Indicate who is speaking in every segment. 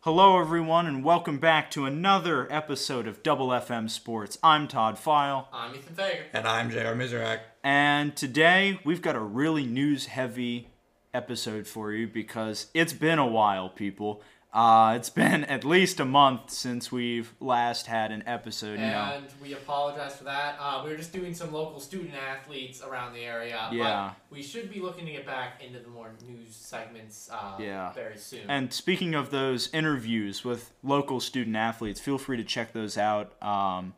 Speaker 1: Hello, everyone, and welcome back to another episode of Double FM Sports. I'm Todd File,
Speaker 2: I'm Ethan Fager.
Speaker 3: And I'm J.R. Mizrak.
Speaker 1: and today we've got a really news heavy episode for you because it's been a while, people. Uh, it's been at least a month since we've last had an episode. you know.
Speaker 2: And we apologize for that. Uh, we were just doing some local student athletes around the area.
Speaker 1: Yeah.
Speaker 2: But we should be looking to get back into the more news segments uh,
Speaker 1: Yeah.
Speaker 2: very soon.
Speaker 1: And speaking of those interviews with local student athletes, feel free to check those out um,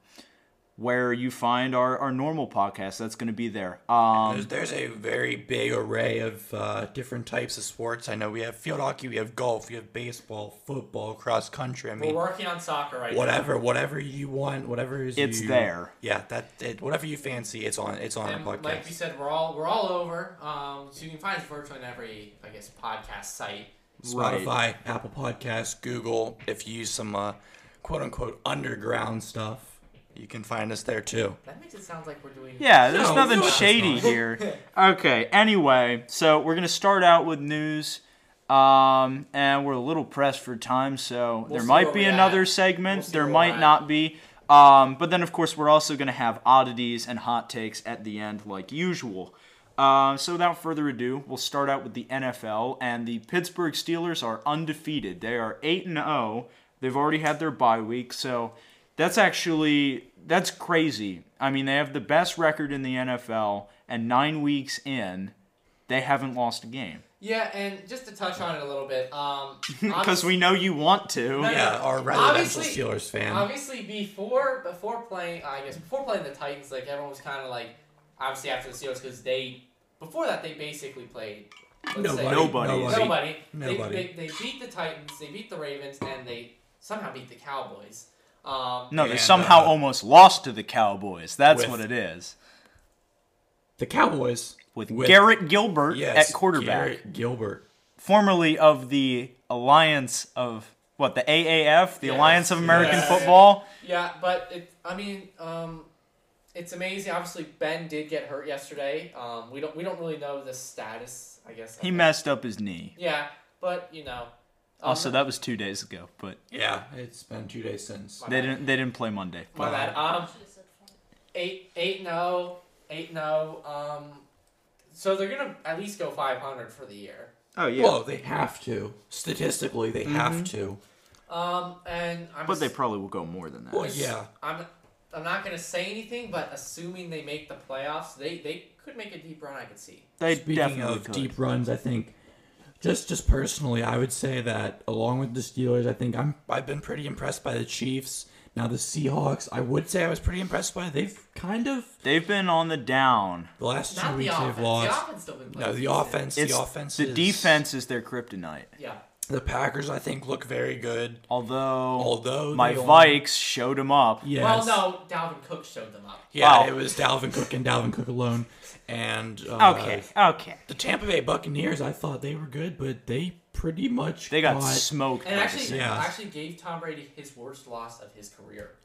Speaker 1: where you find our, our normal podcast. That's going to be there. Um,
Speaker 3: There's, there's a very big array of uh, different types of sports. I know we have field hockey, we have golf, we have baseball, football, cross country. I
Speaker 2: we're
Speaker 3: mean,
Speaker 2: working on soccer right
Speaker 3: whatever, whatever you want, whatever is
Speaker 1: It's
Speaker 3: you-
Speaker 1: there.
Speaker 3: Yeah, that it, whatever you fancy, it's on. It's on
Speaker 2: now.
Speaker 3: our
Speaker 2: And like we
Speaker 3: podcast.
Speaker 2: said, we're all we're all over. Um, so you can find us virtually on every, I guess, podcast site.
Speaker 1: Right.
Speaker 3: Spotify, Apple Podcasts, Google. If you use some uh, quote unquote underground stuff, you can find us there too.
Speaker 2: That makes it sound like we're doing.
Speaker 1: Yeah, there's
Speaker 3: No,
Speaker 1: nothing
Speaker 3: no, it's
Speaker 1: shady
Speaker 3: not.
Speaker 1: here. Okay, anyway, so we're going to start out with news. Um, and we're a little pressed for time, so there
Speaker 2: see
Speaker 1: might
Speaker 2: where
Speaker 1: be
Speaker 2: we're
Speaker 1: another
Speaker 2: at.
Speaker 1: segment.
Speaker 2: We'll see
Speaker 1: there
Speaker 2: where
Speaker 1: might
Speaker 2: we're at.
Speaker 1: not be. Um, but then, of course, we're also going to have oddities and hot takes at the end, like usual. Uh, so, without further ado, we'll start out with the NFL. And the Pittsburgh Steelers are undefeated. They are 8 and 0. They've already had their bye week. So, that's actually that's crazy. I mean, they have the best record in the NFL, and nine weeks in, they haven't lost a game.
Speaker 2: Yeah, and just to touch on it a little bit. Um,
Speaker 1: Because we know you want to.
Speaker 2: No,
Speaker 3: Yeah, our residential
Speaker 2: Obviously-
Speaker 3: Steelers fan.
Speaker 2: Obviously, before before playing, I guess before playing the Titans, like everyone was kind of like, obviously after the Steelers, because they before that they basically played let's
Speaker 3: Nobody,
Speaker 2: say,
Speaker 1: Nobody.
Speaker 3: nobody.
Speaker 2: nobody.
Speaker 3: Nobody.
Speaker 2: They, they, they beat the Titans, they beat the Ravens, and they somehow beat the Cowboys. Um,
Speaker 1: No, they
Speaker 3: And,
Speaker 1: somehow
Speaker 3: uh,
Speaker 1: almost lost to the Cowboys. That's
Speaker 3: with-
Speaker 1: what it is.
Speaker 3: The Cowboys
Speaker 1: With, Garrett Gilbert
Speaker 3: yes,
Speaker 1: at quarterback,
Speaker 3: Garrett Gilbert.
Speaker 1: formerly of the Alliance of what the AAF, the
Speaker 2: Yes,
Speaker 1: Alliance of American
Speaker 2: yes.
Speaker 1: Football.
Speaker 2: Yeah, but it. I mean, um, it's amazing. Obviously, Ben did get hurt yesterday. Um, we don't we don't really know the status. I guess of
Speaker 1: He
Speaker 2: it.
Speaker 1: messed up his knee.
Speaker 2: Yeah, but you know. um,
Speaker 1: Also, that was two days ago, but
Speaker 3: Yeah, it's been two days since.
Speaker 1: they didn't they didn't play Monday.
Speaker 2: My bad. Um,
Speaker 4: Should've said four.
Speaker 2: eight eight and oh, eight and oh. Um, so they're gonna at least go five hundred for the year.
Speaker 1: Oh yeah, Mm-hmm.
Speaker 3: Well, they have to. Statistically, they have to.
Speaker 2: Um, and I'm
Speaker 1: but they
Speaker 2: ass-
Speaker 1: probably will go more than that.
Speaker 3: Well, yeah.
Speaker 2: I'm I'm not gonna say anything, but assuming they make the playoffs, they they could make a deep run. I could see.
Speaker 1: They
Speaker 3: Speaking
Speaker 1: definitely
Speaker 3: of
Speaker 1: could.
Speaker 3: deep runs, I think just just personally, I would say that along with the Steelers, I think I'm I've been pretty impressed by the Chiefs. Now the Seahawks, I would say I was pretty impressed by. They've kind of
Speaker 1: They've been on the down.
Speaker 3: the last two
Speaker 2: Not the
Speaker 3: weeks
Speaker 2: offense.
Speaker 3: they've lost.
Speaker 2: The offense still been
Speaker 3: No,
Speaker 2: playing
Speaker 3: the
Speaker 2: decent.
Speaker 3: offense,
Speaker 1: It's
Speaker 3: the offense,
Speaker 1: the
Speaker 3: is-
Speaker 1: defense is their kryptonite.
Speaker 2: Yeah.
Speaker 3: The Packers, I think, look very good.
Speaker 1: Although,
Speaker 3: Although
Speaker 1: my
Speaker 3: they only-
Speaker 1: Vikes showed them up.
Speaker 3: Yes.
Speaker 2: Well, no, Dalvin Cook showed them up.
Speaker 3: Yeah,
Speaker 1: Wow.
Speaker 3: it was Dalvin Cook and Dalvin Cook alone, and uh,
Speaker 1: Okay, okay.
Speaker 3: The Tampa Bay Buccaneers, I thought they were good, but they pretty much
Speaker 1: They got
Speaker 3: caught-
Speaker 1: smoked.
Speaker 2: And
Speaker 1: by the
Speaker 2: actually,
Speaker 1: Saints.
Speaker 3: Yeah.
Speaker 2: actually gave Tom Brady his worst loss of his career.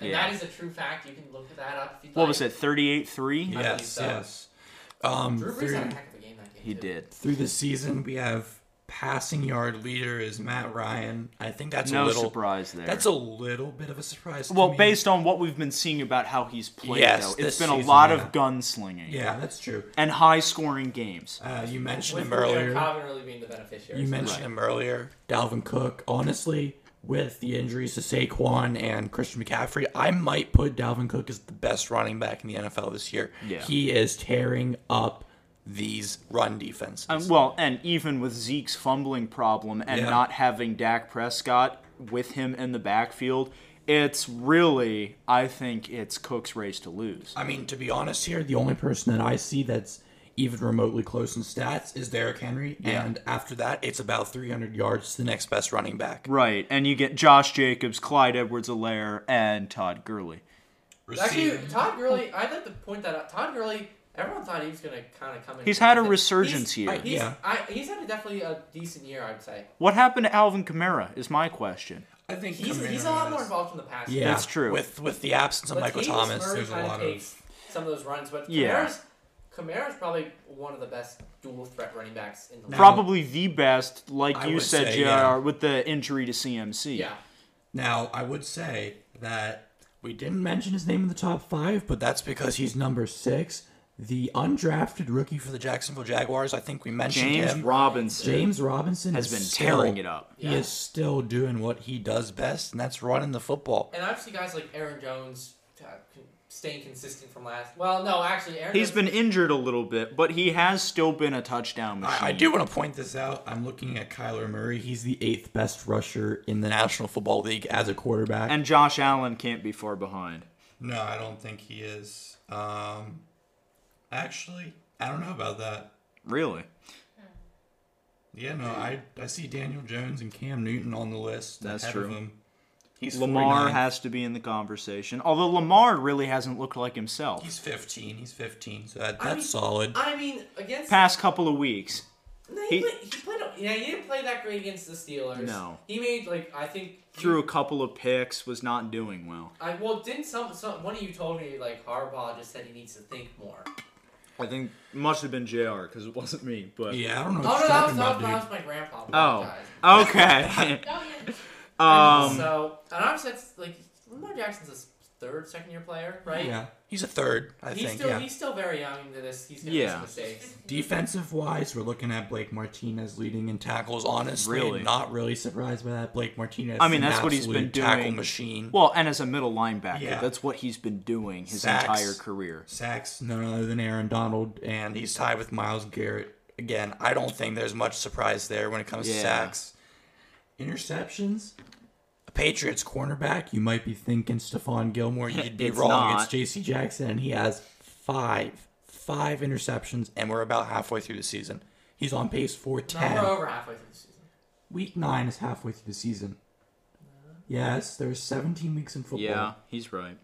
Speaker 2: And
Speaker 1: Yeah.
Speaker 2: that is a true fact. You can look that up. If you'd
Speaker 1: what
Speaker 2: like.
Speaker 1: was it? Thirty-eight three.
Speaker 2: I believe
Speaker 3: Yes,
Speaker 2: so.
Speaker 3: yes. Um,
Speaker 2: Drew Brees had
Speaker 3: through,
Speaker 2: a heck of a game that game.
Speaker 1: He
Speaker 2: too.
Speaker 1: did.
Speaker 3: through the season, we have passing yard leader is Matt Ryan. I think that's
Speaker 1: No
Speaker 3: a little
Speaker 1: surprise there.
Speaker 3: That's a little bit of a surprise.
Speaker 1: well,
Speaker 3: to me.
Speaker 1: based on what we've been seeing about how he's played,
Speaker 3: Yes,
Speaker 1: though, it's
Speaker 3: this
Speaker 1: been a
Speaker 3: season,
Speaker 1: lot
Speaker 3: yeah.
Speaker 1: of gunslinging
Speaker 3: yeah, that's true.
Speaker 1: and high-scoring games.
Speaker 3: Uh, you mentioned
Speaker 2: With
Speaker 3: him
Speaker 2: Jared
Speaker 3: earlier.
Speaker 2: Cobb really being the beneficiary.
Speaker 3: You
Speaker 2: So-
Speaker 3: mentioned him earlier. Dalvin Cook, honestly, with the injuries to Saquon and Christian McCaffrey, I might put Dalvin Cook as the best running back in the NFL this year.
Speaker 1: Yeah.
Speaker 3: He is tearing up these run defenses.
Speaker 1: Um, well, and even with Zeke's fumbling problem and
Speaker 3: Yeah.
Speaker 1: not having Dak Prescott with him in the backfield, it's really, I think, it's Cook's race to lose.
Speaker 3: I mean, to be honest here, the only person that I see that's even remotely close in stats is Derrick Henry, and after that, it's about 300 yards to the next best running back.
Speaker 1: Right, and you get Josh Jacobs, Clyde Edwards-Alaire, and Todd Gurley.
Speaker 2: Actually, Todd Gurley, I'd like to point that out. Todd Gurley, everyone thought he was going to kind of come in.
Speaker 1: He's had a
Speaker 2: He's-
Speaker 1: resurgence here.
Speaker 2: He's,
Speaker 3: Yeah.
Speaker 2: I, he's had a definitely a decent year, I'd say.
Speaker 1: What happened to Alvin Kamara is my question.
Speaker 3: I think
Speaker 2: He's, he's a lot more involved in the past.
Speaker 3: Yeah,
Speaker 1: That's true.
Speaker 3: With with the absence of Michael Thomas,
Speaker 2: Murray
Speaker 3: there's a
Speaker 2: kinda
Speaker 3: lot of
Speaker 2: takes some of those runs, but
Speaker 1: Yeah.
Speaker 2: Kamara's Kamara's probably one of the best dual threat running backs in the league.
Speaker 1: Probably the best, like
Speaker 3: I
Speaker 1: you
Speaker 3: would
Speaker 1: said,
Speaker 3: say,
Speaker 1: JR,
Speaker 3: yeah.
Speaker 1: with the injury to CMC.
Speaker 2: Yeah.
Speaker 3: Now, I would say that we didn't mention his name in the top five, but that's because he's number six. The undrafted rookie for the Jacksonville Jaguars, I think we mentioned
Speaker 1: James
Speaker 3: him.
Speaker 1: Robinson
Speaker 3: James Robinson
Speaker 1: has
Speaker 3: is
Speaker 1: been
Speaker 3: still-
Speaker 1: tearing it up.
Speaker 3: He
Speaker 2: Yeah.
Speaker 3: is still doing what he does best, and that's running the football.
Speaker 2: And obviously, guys like Aaron Jones uh, con- staying consistent from last. Well, no, actually, Aaron
Speaker 1: He's
Speaker 2: Jones,
Speaker 1: been injured a little bit, but he has still been a touchdown machine.
Speaker 3: I, I do want to point this out. I'm looking at Kyler Murray. He's the eighth best rusher in the National Football League as a quarterback.
Speaker 1: And Josh Allen can't be far behind.
Speaker 3: no, I don't think he is. Um, actually, I don't know about that.
Speaker 1: Really?
Speaker 3: Yeah, no, I, I see Daniel Jones and Cam Newton on the list.
Speaker 1: That's
Speaker 3: ahead Of
Speaker 1: true.
Speaker 3: him. He's
Speaker 1: Lamar
Speaker 3: 49.
Speaker 1: has to be in the conversation. Although Lamar really hasn't looked like himself.
Speaker 3: He's 15. He's 15, so that,
Speaker 2: I
Speaker 3: that's
Speaker 2: mean-
Speaker 3: solid.
Speaker 2: I mean, against.
Speaker 1: Past couple of weeks.
Speaker 2: no, he,
Speaker 1: he-
Speaker 2: played, he played. Yeah, he didn't play that great against the Steelers.
Speaker 1: No.
Speaker 2: He made like I think.
Speaker 1: Threw a couple of picks, was not doing well.
Speaker 2: I well, didn't some some one of you told me like Harbaugh just said he needs to think more.
Speaker 1: I think must have been JR because it wasn't me. But
Speaker 3: yeah, I don't know
Speaker 2: Oh
Speaker 3: what
Speaker 2: no, that
Speaker 3: you're
Speaker 2: was,
Speaker 3: talking
Speaker 2: that,
Speaker 3: about,
Speaker 2: was,
Speaker 3: dude.
Speaker 2: that was my grandpa.
Speaker 1: oh,
Speaker 2: Guys.
Speaker 1: okay.
Speaker 4: Oh, yeah.
Speaker 2: Um,
Speaker 1: um,
Speaker 2: so, and obviously, that's, like Lamar Jackson's a s- third, second year player, right?
Speaker 3: Yeah, he's a third, I
Speaker 2: he's
Speaker 3: think.
Speaker 2: still
Speaker 3: yeah.
Speaker 2: he's still very young into this. He's gonna
Speaker 1: Yeah.
Speaker 2: make some mistakes.
Speaker 3: Defensive wise, we're looking at Blake Martinez leading in tackles. Honestly,
Speaker 1: Really?
Speaker 3: not really surprised by that. Blake Martinez.
Speaker 1: I mean,
Speaker 3: is an
Speaker 1: that's what he's
Speaker 3: absolute
Speaker 1: been doing.
Speaker 3: Tackle machine.
Speaker 1: well, and as a middle linebacker,
Speaker 3: Yeah.
Speaker 1: that's what he's been doing his
Speaker 3: Sacks.
Speaker 1: entire career.
Speaker 3: Sacks none other than Aaron Donald, and he's tied with Miles Garrett. Again, I don't think there's much surprise there when it comes
Speaker 1: Yeah.
Speaker 3: to sacks. Interceptions. A Patriots cornerback. You might be thinking Stephon Gilmore. You'd be
Speaker 1: It's
Speaker 3: wrong.
Speaker 1: not.
Speaker 3: It's J.C. Jackson, and he has five, five interceptions, and we're about halfway through the season. He's on pace for
Speaker 2: No,
Speaker 3: ten.
Speaker 2: we're over halfway through the season.
Speaker 3: Week nine is halfway through the season. Yes, there's 17 weeks in football.
Speaker 1: Yeah, he's right.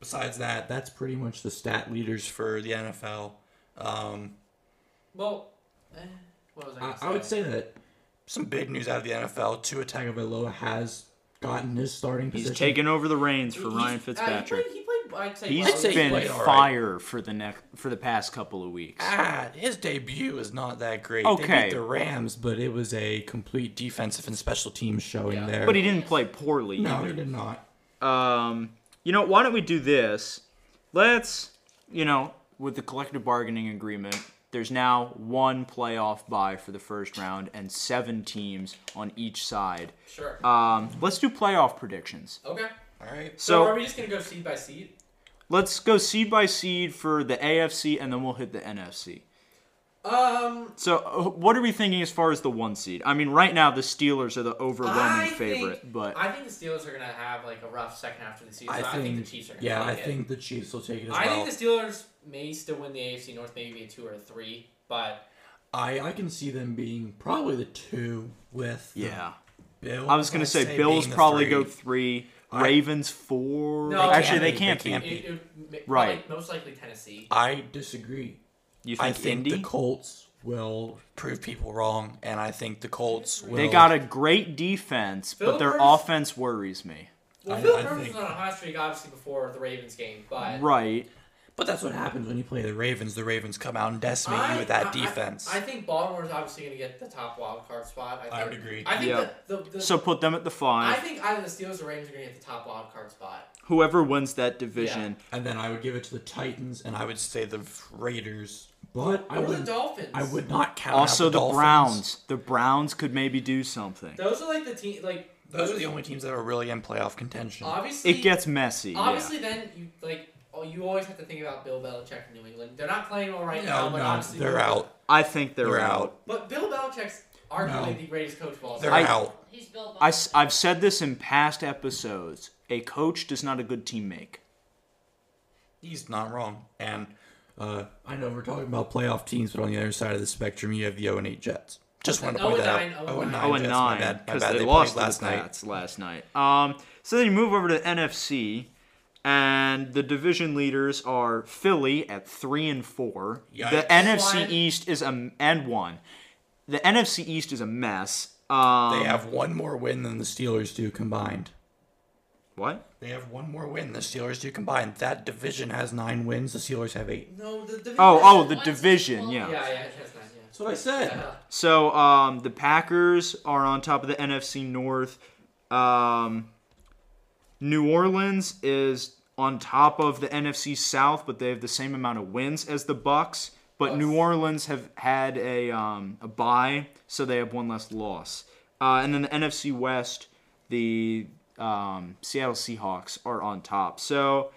Speaker 3: Besides that, that's pretty much the stat leaders for the NFL. Um,
Speaker 2: Well, eh, what was I?
Speaker 3: I,
Speaker 2: Gonna
Speaker 3: I would say that some big news out of the NFL. Tua Tagovailoa has gotten his starting
Speaker 1: He's
Speaker 3: position.
Speaker 1: taken over the reins for
Speaker 2: He-
Speaker 1: Ryan
Speaker 2: he's- uh,
Speaker 1: Fitzpatrick.
Speaker 2: he, played, he played. I'd say.
Speaker 1: He's
Speaker 2: well.
Speaker 3: I'd say he
Speaker 1: been
Speaker 3: played all right.
Speaker 1: fire for the neck for the past couple of weeks.
Speaker 3: Ah, his debut is not that great. They
Speaker 1: Okay.
Speaker 3: beat the Rams, but it was a complete defensive and special teams showing
Speaker 2: Yeah.
Speaker 3: there.
Speaker 1: But he didn't play poorly
Speaker 3: no, he
Speaker 1: either.
Speaker 3: did not.
Speaker 1: Um, you know, why don't we do this? Let's, you know, with the collective bargaining agreement, there's now one playoff bye for the first round and seven teams on each side.
Speaker 2: Sure.
Speaker 1: Um, let's do playoff predictions.
Speaker 2: okay.
Speaker 3: All right.
Speaker 2: So,
Speaker 1: So
Speaker 2: are we just gonna go seed by seed?
Speaker 1: let's go seed by seed for the AFC and then we'll hit the NFC.
Speaker 2: Um,
Speaker 1: So, uh, what are we thinking as far as the one seed? I mean, right now the Steelers are the
Speaker 2: I
Speaker 1: overwhelming favorite,
Speaker 2: think,
Speaker 1: but
Speaker 2: I think the Steelers are gonna have like a rough second half of the season.
Speaker 3: I think,
Speaker 2: the Chiefs are. Gonna
Speaker 3: yeah, I
Speaker 2: take it.
Speaker 3: think the Chiefs will take it as
Speaker 2: I
Speaker 3: well.
Speaker 2: think the Steelers may still win the AFC North, maybe be a two or a three, but
Speaker 3: I, I can see them being probably the two with the
Speaker 1: yeah.
Speaker 3: Bills.
Speaker 1: I was gonna
Speaker 3: I'd
Speaker 1: say,
Speaker 3: being
Speaker 1: Bills
Speaker 3: the
Speaker 1: probably
Speaker 3: three.
Speaker 1: go three,
Speaker 3: I-
Speaker 1: Ravens four.
Speaker 2: No, They
Speaker 1: Actually, they
Speaker 2: can't
Speaker 3: be,
Speaker 1: can't
Speaker 3: they
Speaker 1: be.
Speaker 3: can't
Speaker 2: it, it, it-
Speaker 1: Right.
Speaker 2: probably- most likely Tennessee.
Speaker 3: I disagree.
Speaker 1: You
Speaker 3: I
Speaker 1: think,
Speaker 3: think
Speaker 1: Indy?
Speaker 3: the Colts will prove people wrong, and I think the Colts will.
Speaker 1: they got a great defense, but their
Speaker 2: Philip Rivers-
Speaker 1: offense worries me.
Speaker 2: Well,
Speaker 3: I-
Speaker 2: Phil
Speaker 3: I
Speaker 2: Rivers
Speaker 3: think-
Speaker 2: was on a hot streak obviously before the Ravens game, but
Speaker 1: Right.
Speaker 3: But that's what happens when you play the Ravens. The Ravens come out and decimate
Speaker 2: I-
Speaker 3: you with that
Speaker 2: I- I-
Speaker 3: defense.
Speaker 2: I, think Baltimore's obviously going to get the top wild card spot. I, think,
Speaker 3: I would agree.
Speaker 2: I think
Speaker 1: Yeah.
Speaker 2: the, the, the
Speaker 1: So put them at the
Speaker 2: I
Speaker 1: five.
Speaker 2: think either the Steelers or Ravens are going to get the top wild card spot.
Speaker 1: Whoever wins that division.
Speaker 3: and then I would give it to the Titans, and I would say the Raiders. But I
Speaker 2: or the
Speaker 3: would,
Speaker 2: Dolphins.
Speaker 3: I would not count. out
Speaker 1: Also, the,
Speaker 3: Dolphins.
Speaker 1: Browns. The Browns could maybe do something.
Speaker 2: Those are like the team. Like
Speaker 3: Those are the only teams that are really in playoff contention.
Speaker 2: obviously.
Speaker 1: It gets messy. yeah.
Speaker 2: Obviously, then you like oh, you always have to think about Bill Belichick in New England. They're not playing all right now,
Speaker 3: no,
Speaker 2: but
Speaker 3: no,
Speaker 2: obviously
Speaker 3: they're
Speaker 2: Bill-
Speaker 3: out.
Speaker 1: I think they're,
Speaker 3: They're
Speaker 1: out.
Speaker 3: out.
Speaker 2: But Bill Belichick's arguably
Speaker 3: No.
Speaker 2: the greatest coach of all
Speaker 3: They're
Speaker 2: time.
Speaker 1: I-
Speaker 3: out.
Speaker 4: He's Bill
Speaker 1: I, have said this in past episodes. A coach does not a good team make.
Speaker 3: He's not wrong. And uh, I know we're talking about playoff teams, but on the other side of the spectrum, you have the 0 and 8 Jets. Just want to
Speaker 2: Oh,
Speaker 3: point
Speaker 2: and
Speaker 3: that
Speaker 2: nine,
Speaker 3: out.
Speaker 2: oh, and
Speaker 3: 0-9
Speaker 2: nine.
Speaker 1: Oh, and
Speaker 3: Jets, my
Speaker 1: nine
Speaker 3: bad, my
Speaker 1: because
Speaker 3: bad.
Speaker 1: they,
Speaker 3: played
Speaker 1: lost
Speaker 3: last
Speaker 1: last the
Speaker 3: night.
Speaker 1: Pats last night. Um, so then you move over to the NFC, and the division leaders are Philly at three and four. The
Speaker 3: Yikes.
Speaker 1: NFC
Speaker 2: One.
Speaker 1: East is a and one. The NFC East is a mess. Um,
Speaker 3: They have one more win than the Steelers do combined.
Speaker 1: What?
Speaker 3: They have one more win. The Steelers do combined. That division has nine wins. The Steelers have eight.
Speaker 2: No, the division.
Speaker 1: Oh, oh, the
Speaker 4: Once
Speaker 1: division,
Speaker 4: it's
Speaker 2: Yeah,
Speaker 1: yeah.
Speaker 4: full-
Speaker 2: yeah, it has nine.
Speaker 3: That's what I said.
Speaker 2: Yeah.
Speaker 1: So um, the Packers are on top of the NFC North. Um, New Orleans is on top of the NFC South, but they have the same amount of wins as the Bucks. But
Speaker 2: Bucks.
Speaker 1: New Orleans have had a um, a bye, so they have one less loss. Uh, and then the NFC West, the um, Seattle Seahawks are on top. So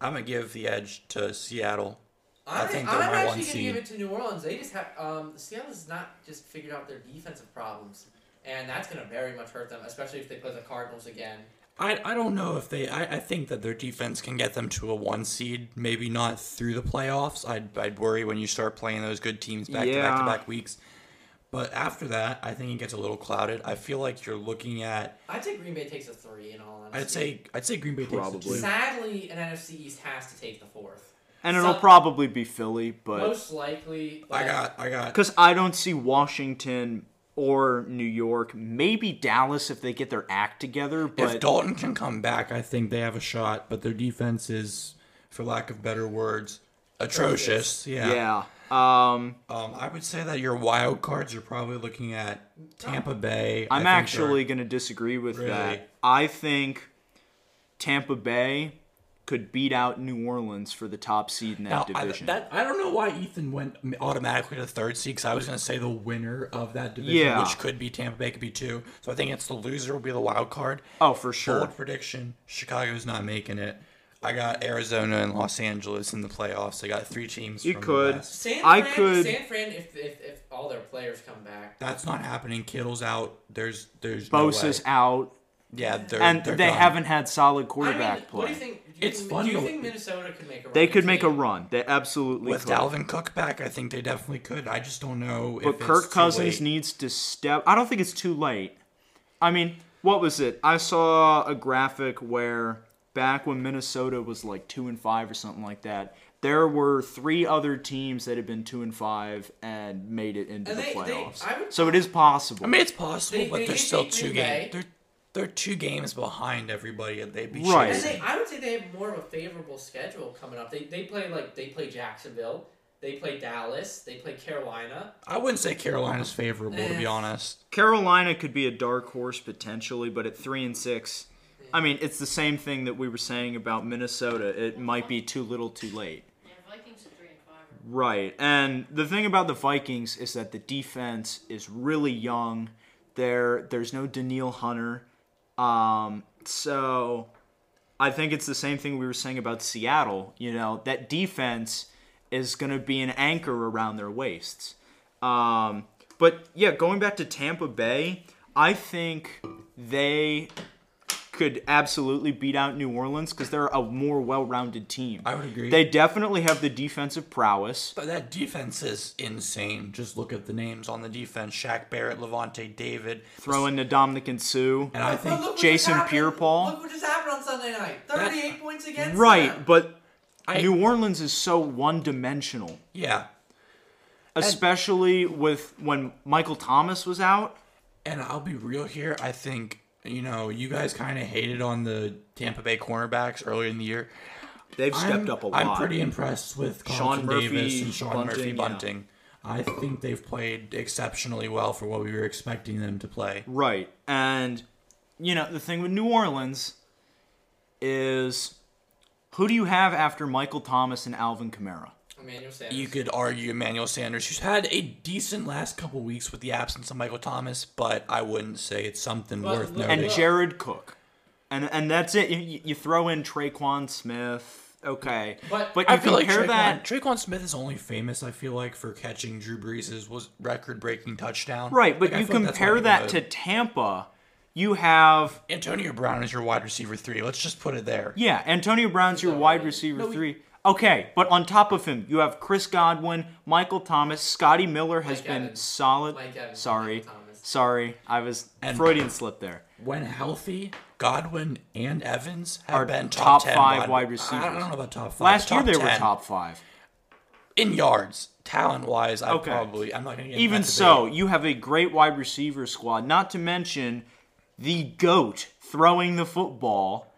Speaker 3: I'm gonna give the edge to Seattle.
Speaker 2: I'm,
Speaker 3: I think
Speaker 2: I'm
Speaker 3: they're my
Speaker 2: actually
Speaker 3: one
Speaker 2: gonna
Speaker 3: seed.
Speaker 2: give it to New Orleans. They just have um, Seattle's not just figured out their defensive problems, and that's gonna very much hurt them, especially if they play the Cardinals again.
Speaker 3: I, I don't know if they I, I think that their defense can get them to a one seed, maybe not through the playoffs. I'd I'd worry when you start playing those good teams back to back
Speaker 1: Yeah.
Speaker 3: to back weeks. But after that, I think it gets a little clouded. I feel like you're looking at
Speaker 2: I'd say Green Bay takes a three in all honesty.
Speaker 3: I'd say I'd say Green Bay takes
Speaker 1: Probably.
Speaker 3: the two.
Speaker 2: sadly, an NFC East has to take the fourth.
Speaker 1: and it'll
Speaker 2: So-
Speaker 1: probably be Philly, but
Speaker 2: Most likely,
Speaker 3: I
Speaker 2: but
Speaker 3: got I got
Speaker 1: because I don't see Washington or New York, maybe Dallas if they get their act together. But
Speaker 3: if Dalton can come back, I think they have a shot, but their defense is, for lack of better words, atrocious. Yeah.
Speaker 1: yeah. Um,
Speaker 3: Um, I would say that your wild cards are probably looking at Tampa Bay. I
Speaker 1: I'm
Speaker 3: think they're-
Speaker 1: actually going to disagree with
Speaker 3: Really?
Speaker 1: that. I think Tampa Bay could beat out New Orleans for the top seed in
Speaker 3: Now,
Speaker 1: that
Speaker 3: I,
Speaker 1: division.
Speaker 3: that, I don't know why Ethan went automatically to third seed because I was going to say the winner of that division,
Speaker 1: Yeah.
Speaker 3: which could be Tampa Bay, could be two. So I think it's the loser will be the wild card.
Speaker 1: oh, for sure.
Speaker 3: Bold prediction: Chicago's not making it. I got Arizona and Los Angeles in the playoffs. I got three teams.
Speaker 1: You
Speaker 3: from the
Speaker 1: could.
Speaker 3: West.
Speaker 2: San
Speaker 1: I
Speaker 2: Fran,
Speaker 1: could-
Speaker 2: San Fran, if, if if all their players come back,
Speaker 3: That's not happening. Kittle's out. There's there's no
Speaker 1: Bosa's
Speaker 3: way.
Speaker 1: out,
Speaker 3: Yeah, they're,
Speaker 1: and
Speaker 3: they're
Speaker 1: they
Speaker 3: done.
Speaker 1: haven't had solid quarterback
Speaker 2: I mean,
Speaker 1: play.
Speaker 2: What do you think? Do you,
Speaker 3: It's
Speaker 2: think-
Speaker 3: fun
Speaker 2: Do you
Speaker 3: to-
Speaker 2: think Minnesota could make a? Run
Speaker 1: They could make a
Speaker 2: team?
Speaker 1: run. They absolutely
Speaker 3: With
Speaker 1: could.
Speaker 3: Dalvin Cook back, I think they definitely could. I just don't know.
Speaker 1: But
Speaker 3: if
Speaker 1: Kirk
Speaker 3: it's too
Speaker 1: Cousins
Speaker 3: late.
Speaker 1: needs to step. I don't think it's too late. I mean, what was it? I saw a graphic where back when Minnesota was like two and five or something like that, there were three other teams that had been two and five and made it into
Speaker 2: And
Speaker 1: the
Speaker 2: they- they-
Speaker 1: playoffs.
Speaker 2: I would-
Speaker 1: so it is possible.
Speaker 3: I mean, it's possible,
Speaker 2: They-
Speaker 3: but
Speaker 2: they-
Speaker 3: they're
Speaker 2: they
Speaker 3: still
Speaker 2: beat
Speaker 3: two
Speaker 2: Green
Speaker 3: games.
Speaker 2: Bay.
Speaker 3: They're they're two games behind everybody, and they'd be
Speaker 1: Right.
Speaker 2: And
Speaker 3: chasing.
Speaker 2: they, I would say they have more of a favorable schedule coming up. They, they play like they play Jacksonville, they play Dallas, they play Carolina.
Speaker 3: I wouldn't say Carolina's favorable, to be
Speaker 2: Nah.
Speaker 3: honest.
Speaker 1: Carolina could be a dark horse potentially, but at three and six, I mean, it's the same thing that we were saying about Minnesota. It might be too little, too late.
Speaker 4: Yeah, Vikings are three and five.
Speaker 1: Right. And the thing about the Vikings is that the defense is really young. There there's no Daniil Hunter. Um so I think it's the same thing we were saying about Seattle, you know, that defense is going to be an anchor around their waists. Um but yeah, going back to Tampa Bay, I think they could absolutely beat out New Orleans because they're a more well-rounded team.
Speaker 3: I would agree.
Speaker 1: They definitely have the defensive prowess.
Speaker 3: But that defense is insane. Just look at the names on the defense: Shaq Barrett, Levante David.
Speaker 1: Throw in the Dominic and Sue.
Speaker 3: and I
Speaker 2: But
Speaker 3: think
Speaker 2: look what just
Speaker 1: Jason
Speaker 2: happened-
Speaker 1: Pierre-Paul?
Speaker 2: Look what just happened on Sunday night. Thirty-eight points against.
Speaker 1: Right,
Speaker 2: them.
Speaker 1: but
Speaker 3: I-
Speaker 1: New Orleans is so one dimensional.
Speaker 3: yeah.
Speaker 1: Especially with when Michael Thomas was out.
Speaker 3: And I'll be real here. I think you know you guys kind of hated on the Tampa Bay cornerbacks earlier in the year.
Speaker 1: They've stepped
Speaker 3: I'm,
Speaker 1: up a lot.
Speaker 3: I'm pretty impressed with
Speaker 1: Sean
Speaker 3: Sean
Speaker 1: Murphy,
Speaker 3: Davis and Sean Murphy
Speaker 1: Bunting, yeah.
Speaker 3: Bunting. I think they've played exceptionally well for what we were expecting them to play.
Speaker 1: Right. And you know, the thing with New Orleans is who do you have after Michael Thomas and Alvin Kamara?
Speaker 2: Emmanuel Sanders.
Speaker 3: You could argue Emmanuel Sanders, who's had a decent last couple weeks with the absence of Michael Thomas, but I wouldn't say it's something
Speaker 2: But
Speaker 3: worth
Speaker 2: look-
Speaker 3: noting.
Speaker 1: And
Speaker 2: Yeah.
Speaker 1: Jared Cook. And and that's it. You, you throw in Traquan Smith. Okay.
Speaker 2: But-
Speaker 1: but you
Speaker 3: I feel like
Speaker 1: compare
Speaker 3: Traquan,
Speaker 1: that
Speaker 3: Traquan Smith is only famous, I feel like, for catching Drew Brees' was record-breaking touchdown.
Speaker 1: Right, but
Speaker 3: Like, I
Speaker 1: you
Speaker 3: feel like that's
Speaker 1: compare
Speaker 3: why
Speaker 1: that
Speaker 3: people
Speaker 1: to Tampa, you have
Speaker 3: know. Antonio Brown is your wide receiver three. Let's just put it there.
Speaker 1: yeah, Antonio Brown's your
Speaker 2: No,
Speaker 1: wide
Speaker 2: he-
Speaker 1: receiver
Speaker 3: no, he-
Speaker 1: three. Okay, but on top of him, you have Chris Godwin, Michael Thomas, Scotty Miller has
Speaker 2: Mike
Speaker 1: been
Speaker 2: Evans.
Speaker 1: solid.
Speaker 2: Mike Evans,
Speaker 1: sorry,
Speaker 2: Michael Thomas.
Speaker 1: sorry, I was
Speaker 3: And-
Speaker 1: Freudian slip there.
Speaker 3: when healthy, Godwin and Evans have
Speaker 1: Are
Speaker 3: been
Speaker 1: top
Speaker 3: top, 10
Speaker 1: five
Speaker 3: wide,
Speaker 1: wide
Speaker 3: I don't
Speaker 1: receivers.
Speaker 3: know about top five.
Speaker 1: Last year
Speaker 3: top
Speaker 1: they were
Speaker 3: 10.
Speaker 1: top five.
Speaker 3: in yards, talent wise. I
Speaker 1: Okay.
Speaker 3: probably I'm not gonna get
Speaker 1: Even
Speaker 3: into that
Speaker 1: so,
Speaker 3: debate.
Speaker 1: you have a great wide receiver squad. Not to mention the goat throwing the football.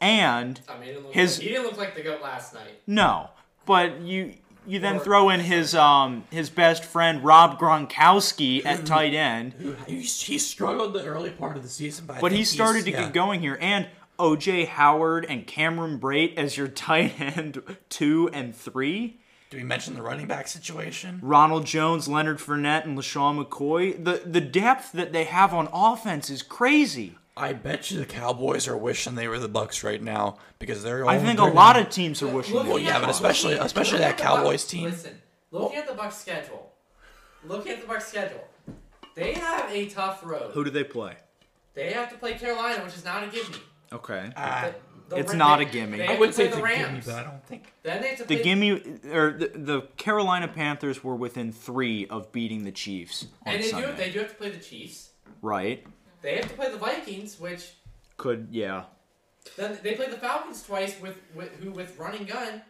Speaker 1: and
Speaker 2: I mean, he didn't look
Speaker 1: His-
Speaker 2: like, he didn't look like the goat last night.
Speaker 1: no, but you you then
Speaker 2: Or-
Speaker 1: throw in his um his best friend Rob Gronkowski at tight end.
Speaker 3: He, he struggled the early part of the season, but I
Speaker 1: But
Speaker 3: think
Speaker 1: he
Speaker 3: he's-
Speaker 1: started to
Speaker 3: yeah.
Speaker 1: get going here, and OJ Howard and Cameron Brait as your tight end two and three.
Speaker 3: Do we mention the running back situation?
Speaker 1: Ronald Jones, Leonard Fournette, and LaShawn McCoy. The the depth that they have on offense is crazy.
Speaker 3: I bet you the Cowboys are wishing they were the Bucks right now because they're.
Speaker 1: I
Speaker 3: only
Speaker 1: think a
Speaker 3: thirty-
Speaker 1: lot of teams are wishing.
Speaker 2: Looking
Speaker 1: they
Speaker 3: Well, yeah,
Speaker 2: at
Speaker 3: but
Speaker 2: the-
Speaker 3: especially-
Speaker 2: looking-
Speaker 3: especially
Speaker 2: looking
Speaker 3: that
Speaker 2: at the
Speaker 3: Cowboys
Speaker 2: Bucs-
Speaker 3: team.
Speaker 2: Listen, looking at the Bucks schedule, looking at the Bucks schedule, they have a tough road.
Speaker 1: Who do they play?
Speaker 2: They have to play Carolina, which is not a gimme.
Speaker 1: Okay.
Speaker 3: Ah,
Speaker 2: The- the
Speaker 1: It's
Speaker 2: Ra-
Speaker 1: not a
Speaker 2: they-
Speaker 1: gimme.
Speaker 2: They
Speaker 1: I
Speaker 2: have
Speaker 3: I
Speaker 2: to
Speaker 3: would
Speaker 2: play
Speaker 3: say it's
Speaker 2: the
Speaker 3: a gimme,
Speaker 2: Rams.
Speaker 3: but I don't think.
Speaker 2: Then they have to
Speaker 1: The
Speaker 2: play
Speaker 1: gimme or the, the Carolina Panthers were within three of beating the Chiefs on
Speaker 2: and they
Speaker 1: Sunday,
Speaker 2: do they do have to play the Chiefs.
Speaker 1: right?
Speaker 2: They have to play the Vikings, which
Speaker 1: Could yeah.
Speaker 2: then they play the Falcons twice with, with who with running gun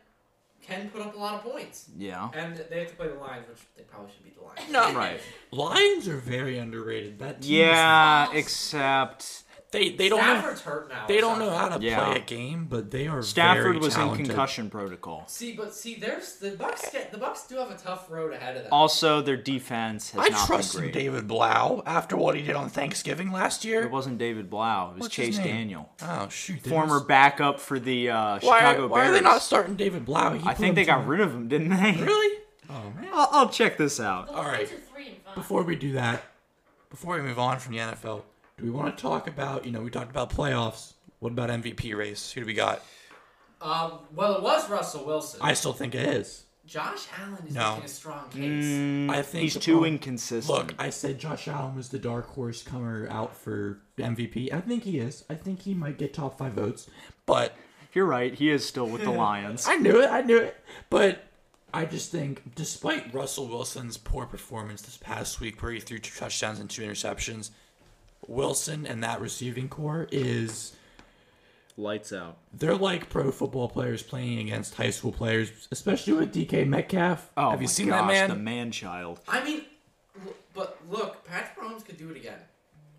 Speaker 2: can put up a lot of points.
Speaker 1: Yeah.
Speaker 2: And they have to play the Lions, which they probably should beat the Lions.
Speaker 3: No.
Speaker 1: Right.
Speaker 3: Lions are very underrated. That team is-
Speaker 1: Yeah, except
Speaker 3: they they don't know
Speaker 2: Stafford's hurt now.
Speaker 3: they
Speaker 2: or
Speaker 3: don't know
Speaker 2: something.
Speaker 3: how to
Speaker 1: Yeah.
Speaker 3: play a game, but they are
Speaker 1: Stafford
Speaker 3: very
Speaker 1: was
Speaker 3: talented.
Speaker 1: in concussion protocol.
Speaker 2: See, but see, there's the Bucks. Get, the Bucks do have a tough road ahead of them.
Speaker 3: Um,
Speaker 1: Also, their defense has
Speaker 3: I
Speaker 1: not
Speaker 3: trust
Speaker 1: been great.
Speaker 3: David Blau after what he did on Thanksgiving last year.
Speaker 1: It wasn't David Blau. It was
Speaker 3: What's his
Speaker 1: Chase
Speaker 3: name?
Speaker 1: Daniel,
Speaker 3: Oh shoot! they
Speaker 1: former
Speaker 3: must-
Speaker 1: backup for the uh,
Speaker 3: Why,
Speaker 1: Chicago
Speaker 3: why
Speaker 1: Bears.
Speaker 3: are they not starting David Blau? He
Speaker 1: I
Speaker 3: blew
Speaker 1: think they
Speaker 3: them
Speaker 1: got rid of him, didn't they?
Speaker 3: to- really. Oh man.
Speaker 1: I'll, I'll check this out.
Speaker 3: All right.
Speaker 4: To three and five.
Speaker 3: Before we do that, before we move on from the NFL, do we want to talk about? You know, we talked about playoffs. What about MVP race? Who do we got?
Speaker 2: Um, well, it was Russell Wilson.
Speaker 3: I still think it is.
Speaker 2: Josh Allen is
Speaker 3: No. Mm.
Speaker 2: making a strong case.
Speaker 3: I think
Speaker 1: He's
Speaker 3: the
Speaker 1: too
Speaker 3: problem-
Speaker 1: inconsistent.
Speaker 3: Look, I said Josh Allen was the dark horse comer out for MVP. I think he is. I think he might get top five votes. But
Speaker 1: You're right. He is still with the Lions.
Speaker 3: I knew it. I knew it. But I just think, despite Russell Wilson's poor performance this past week, where he threw two touchdowns and two interceptions, Wilson and that receiving core is
Speaker 1: Lights out.
Speaker 3: they're like pro football players playing against high school players, especially with DK Metcalf.
Speaker 1: Oh
Speaker 3: Have
Speaker 1: my
Speaker 3: you seen
Speaker 1: gosh,
Speaker 3: that man?
Speaker 1: the man child.
Speaker 2: I mean, l- but look, Patrick Mahomes could do it again.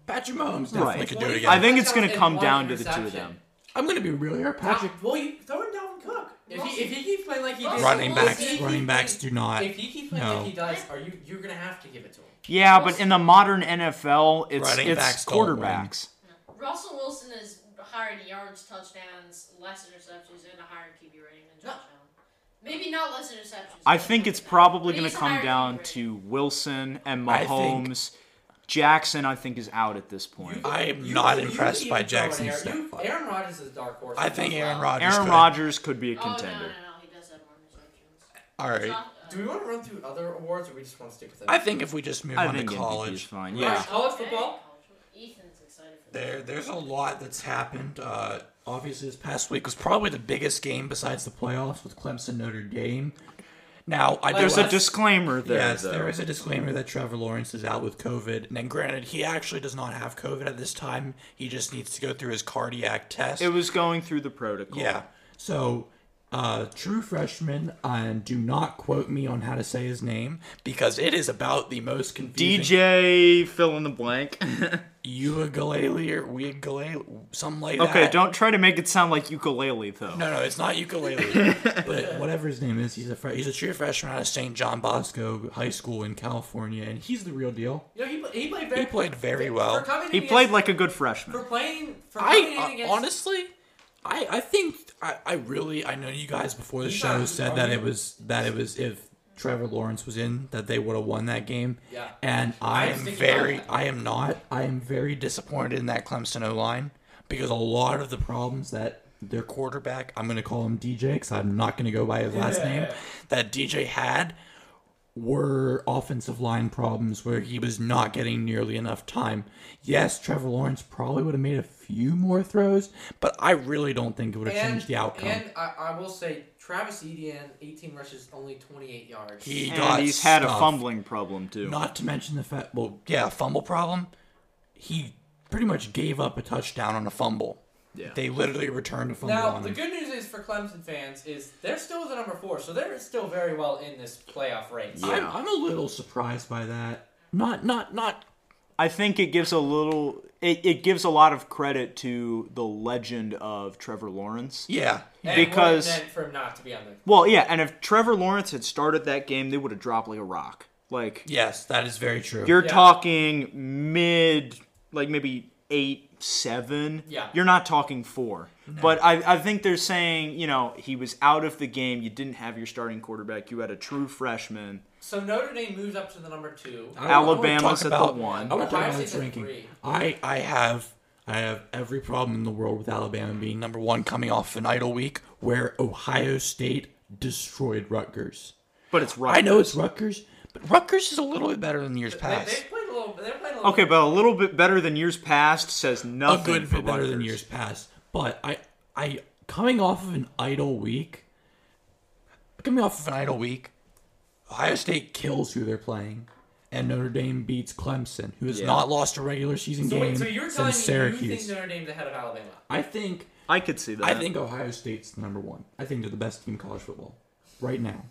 Speaker 3: Patrick Mahomes definitely
Speaker 1: Right.
Speaker 3: could do it again.
Speaker 1: I think it's
Speaker 2: Touchdown
Speaker 1: going to come
Speaker 2: and one
Speaker 1: down to the two of
Speaker 2: interception.
Speaker 1: them.
Speaker 3: I'm gonna be real here, Patrick.
Speaker 2: Well, you throw in Dalvin Cook. If he, if he keeps playing like he did,
Speaker 3: Running
Speaker 2: if
Speaker 3: backs,
Speaker 2: he keeps
Speaker 3: running backs
Speaker 2: playing-
Speaker 3: do not.
Speaker 2: If he keeps playing
Speaker 3: No.
Speaker 2: like he does, are you you're gonna have to give it to him?
Speaker 1: Yeah, but in the modern NFL, it's
Speaker 3: Running
Speaker 1: it's
Speaker 3: backs don't win.
Speaker 1: quarterbacks.
Speaker 4: Russell Wilson is higher in yards, touchdowns, less interceptions, and a higher QB rating than Josh Allen. Maybe not less interceptions.
Speaker 1: I
Speaker 4: but-
Speaker 1: think it's probably
Speaker 4: But
Speaker 1: going to
Speaker 4: he's a
Speaker 1: come
Speaker 4: higher
Speaker 1: down
Speaker 4: favorite.
Speaker 1: to Wilson and
Speaker 3: I think-
Speaker 1: Mahomes. Jackson, I think, is out at this point.
Speaker 3: I am
Speaker 2: You-
Speaker 3: not
Speaker 2: you
Speaker 3: impressed
Speaker 2: even
Speaker 3: by
Speaker 2: throw in
Speaker 3: Jackson's
Speaker 2: Aaron,
Speaker 3: step
Speaker 2: you-
Speaker 3: up.
Speaker 2: Aaron Rodgers is a dark horse.
Speaker 3: I think Aaron
Speaker 2: Rodgers.
Speaker 3: Rodgers.
Speaker 1: Aaron
Speaker 3: could.
Speaker 1: Rodgers could be a
Speaker 4: Oh, no, no,
Speaker 1: contender.
Speaker 4: no. He does have more interceptions.
Speaker 3: All right.
Speaker 4: Josh- uh,
Speaker 2: Do we want to run through other awards, or we just want to stick with that?
Speaker 3: I think if we just move
Speaker 1: I
Speaker 3: on to
Speaker 1: think MVP is
Speaker 3: college,
Speaker 1: fine.
Speaker 2: All right,
Speaker 1: Yeah.
Speaker 2: college football.
Speaker 4: Ethan's excited for that.
Speaker 3: there there's a lot that's happened. Uh, obviously, this past week was probably the biggest game besides the playoffs with Clemson Notre Dame. Now I do
Speaker 1: There's a
Speaker 3: have-
Speaker 1: disclaimer there.
Speaker 3: yes,
Speaker 1: though.
Speaker 3: there is a disclaimer that Trevor Lawrence is out with COVID, and then granted, he actually does not have COVID at this time. He just needs to go through his cardiac test.
Speaker 1: It was going through the protocol.
Speaker 3: Yeah. So, uh, true freshman, and do not quote me on how to say his name because it is about the most confusing.
Speaker 1: DJ fill in the blank.
Speaker 3: ukulele or ukulele, something like that.
Speaker 1: okay, don't try to make it sound like ukulele though.
Speaker 3: No, no, it's not ukulele. but whatever his name is, he's a fre- he's a true freshman out of St. John Bosco High School in California, and he's the real deal.
Speaker 2: No, he, pla- he played very
Speaker 3: He played very
Speaker 2: for
Speaker 3: well.
Speaker 2: coming
Speaker 1: He
Speaker 2: against-
Speaker 1: played like a good
Speaker 2: for
Speaker 1: freshman.
Speaker 2: playing for coming in
Speaker 3: I uh,
Speaker 2: against
Speaker 3: honestly, I I think I, I really I know you guys before the
Speaker 2: You
Speaker 3: show
Speaker 2: guys-
Speaker 3: said that it was that it was if Trevor Lawrence was in that they would have won that game.
Speaker 2: Yeah.
Speaker 3: And I
Speaker 2: I'm
Speaker 3: am
Speaker 2: sticking by
Speaker 3: very
Speaker 2: that.
Speaker 3: I am not I am very disappointed in that Clemson O line because a lot of the problems that their quarterback I'm gonna call him DJ because I'm not gonna go by his last name that DJ had were offensive line problems where he was not getting nearly enough time. Yes, Trevor Lawrence probably would have made a few more throws, but I really don't think it would have
Speaker 2: and,
Speaker 3: changed the outcome.
Speaker 2: And I, I will say, Travis Etienne, 18 rushes, only 28 yards.
Speaker 3: he got
Speaker 1: And he's had a
Speaker 3: stuffed.
Speaker 1: fumbling problem too.
Speaker 3: Not to mention the fact, well, yeah, fumble problem. He pretty much gave up a touchdown on a fumble.
Speaker 1: Yeah.
Speaker 3: They literally returned a fumble
Speaker 2: now,
Speaker 3: on
Speaker 2: the
Speaker 3: him.
Speaker 2: good news is for Clemson fans is they're still the number four, so they're still very well in this playoff race.
Speaker 3: I'm, I'm a little surprised by that. Not, not, not.
Speaker 1: I think it gives a little it, it gives a lot of credit to the legend of Trevor Lawrence.
Speaker 3: Yeah.
Speaker 2: And
Speaker 1: Because-
Speaker 2: it wouldn't meant for him not to be on the
Speaker 1: Well, yeah, and if Trevor Lawrence had started that game, they would have dropped like a rock. Like
Speaker 3: Yes, that is very true.
Speaker 1: you're
Speaker 2: Yeah.
Speaker 1: talking mid, like maybe eight, seven.
Speaker 2: Yeah.
Speaker 1: You're not talking four. But I, I think they're saying, you know, he was out of the game. You didn't have your starting quarterback. You had a true freshman.
Speaker 2: So Notre Dame moves up to the number two.
Speaker 3: I wanna- I wanna
Speaker 1: Alabama's
Speaker 3: talk
Speaker 1: at the
Speaker 3: about-
Speaker 1: one.
Speaker 3: I want to talk
Speaker 2: Ohio
Speaker 3: about
Speaker 2: State's
Speaker 3: its
Speaker 2: at
Speaker 3: ranking.
Speaker 2: three.
Speaker 3: I I have I have every problem in the world with Alabama being number one coming off an idle week where Ohio State destroyed Rutgers.
Speaker 1: But it's right.
Speaker 3: I know it's Rutgers, but Rutgers is a little bit better than years
Speaker 2: They, they
Speaker 3: past.
Speaker 2: played a little. They're playing a little.
Speaker 1: Okay, but a little bit better than years past says
Speaker 3: A
Speaker 1: nothing.
Speaker 3: good
Speaker 1: for
Speaker 3: bit better than
Speaker 1: Rutgers.
Speaker 3: years past. But I I coming off of an idle week coming off of an idle week, Ohio State kills who they're playing. And Notre Dame beats Clemson, who has
Speaker 1: Yeah.
Speaker 3: not lost a regular season
Speaker 2: So
Speaker 3: game
Speaker 2: wait, so you're telling me
Speaker 3: since Syracuse.
Speaker 2: you think Notre Dame's ahead of Alabama?
Speaker 3: I think
Speaker 1: I could see that.
Speaker 3: I think Ohio State's the number one. I think they're the best team in college football right now.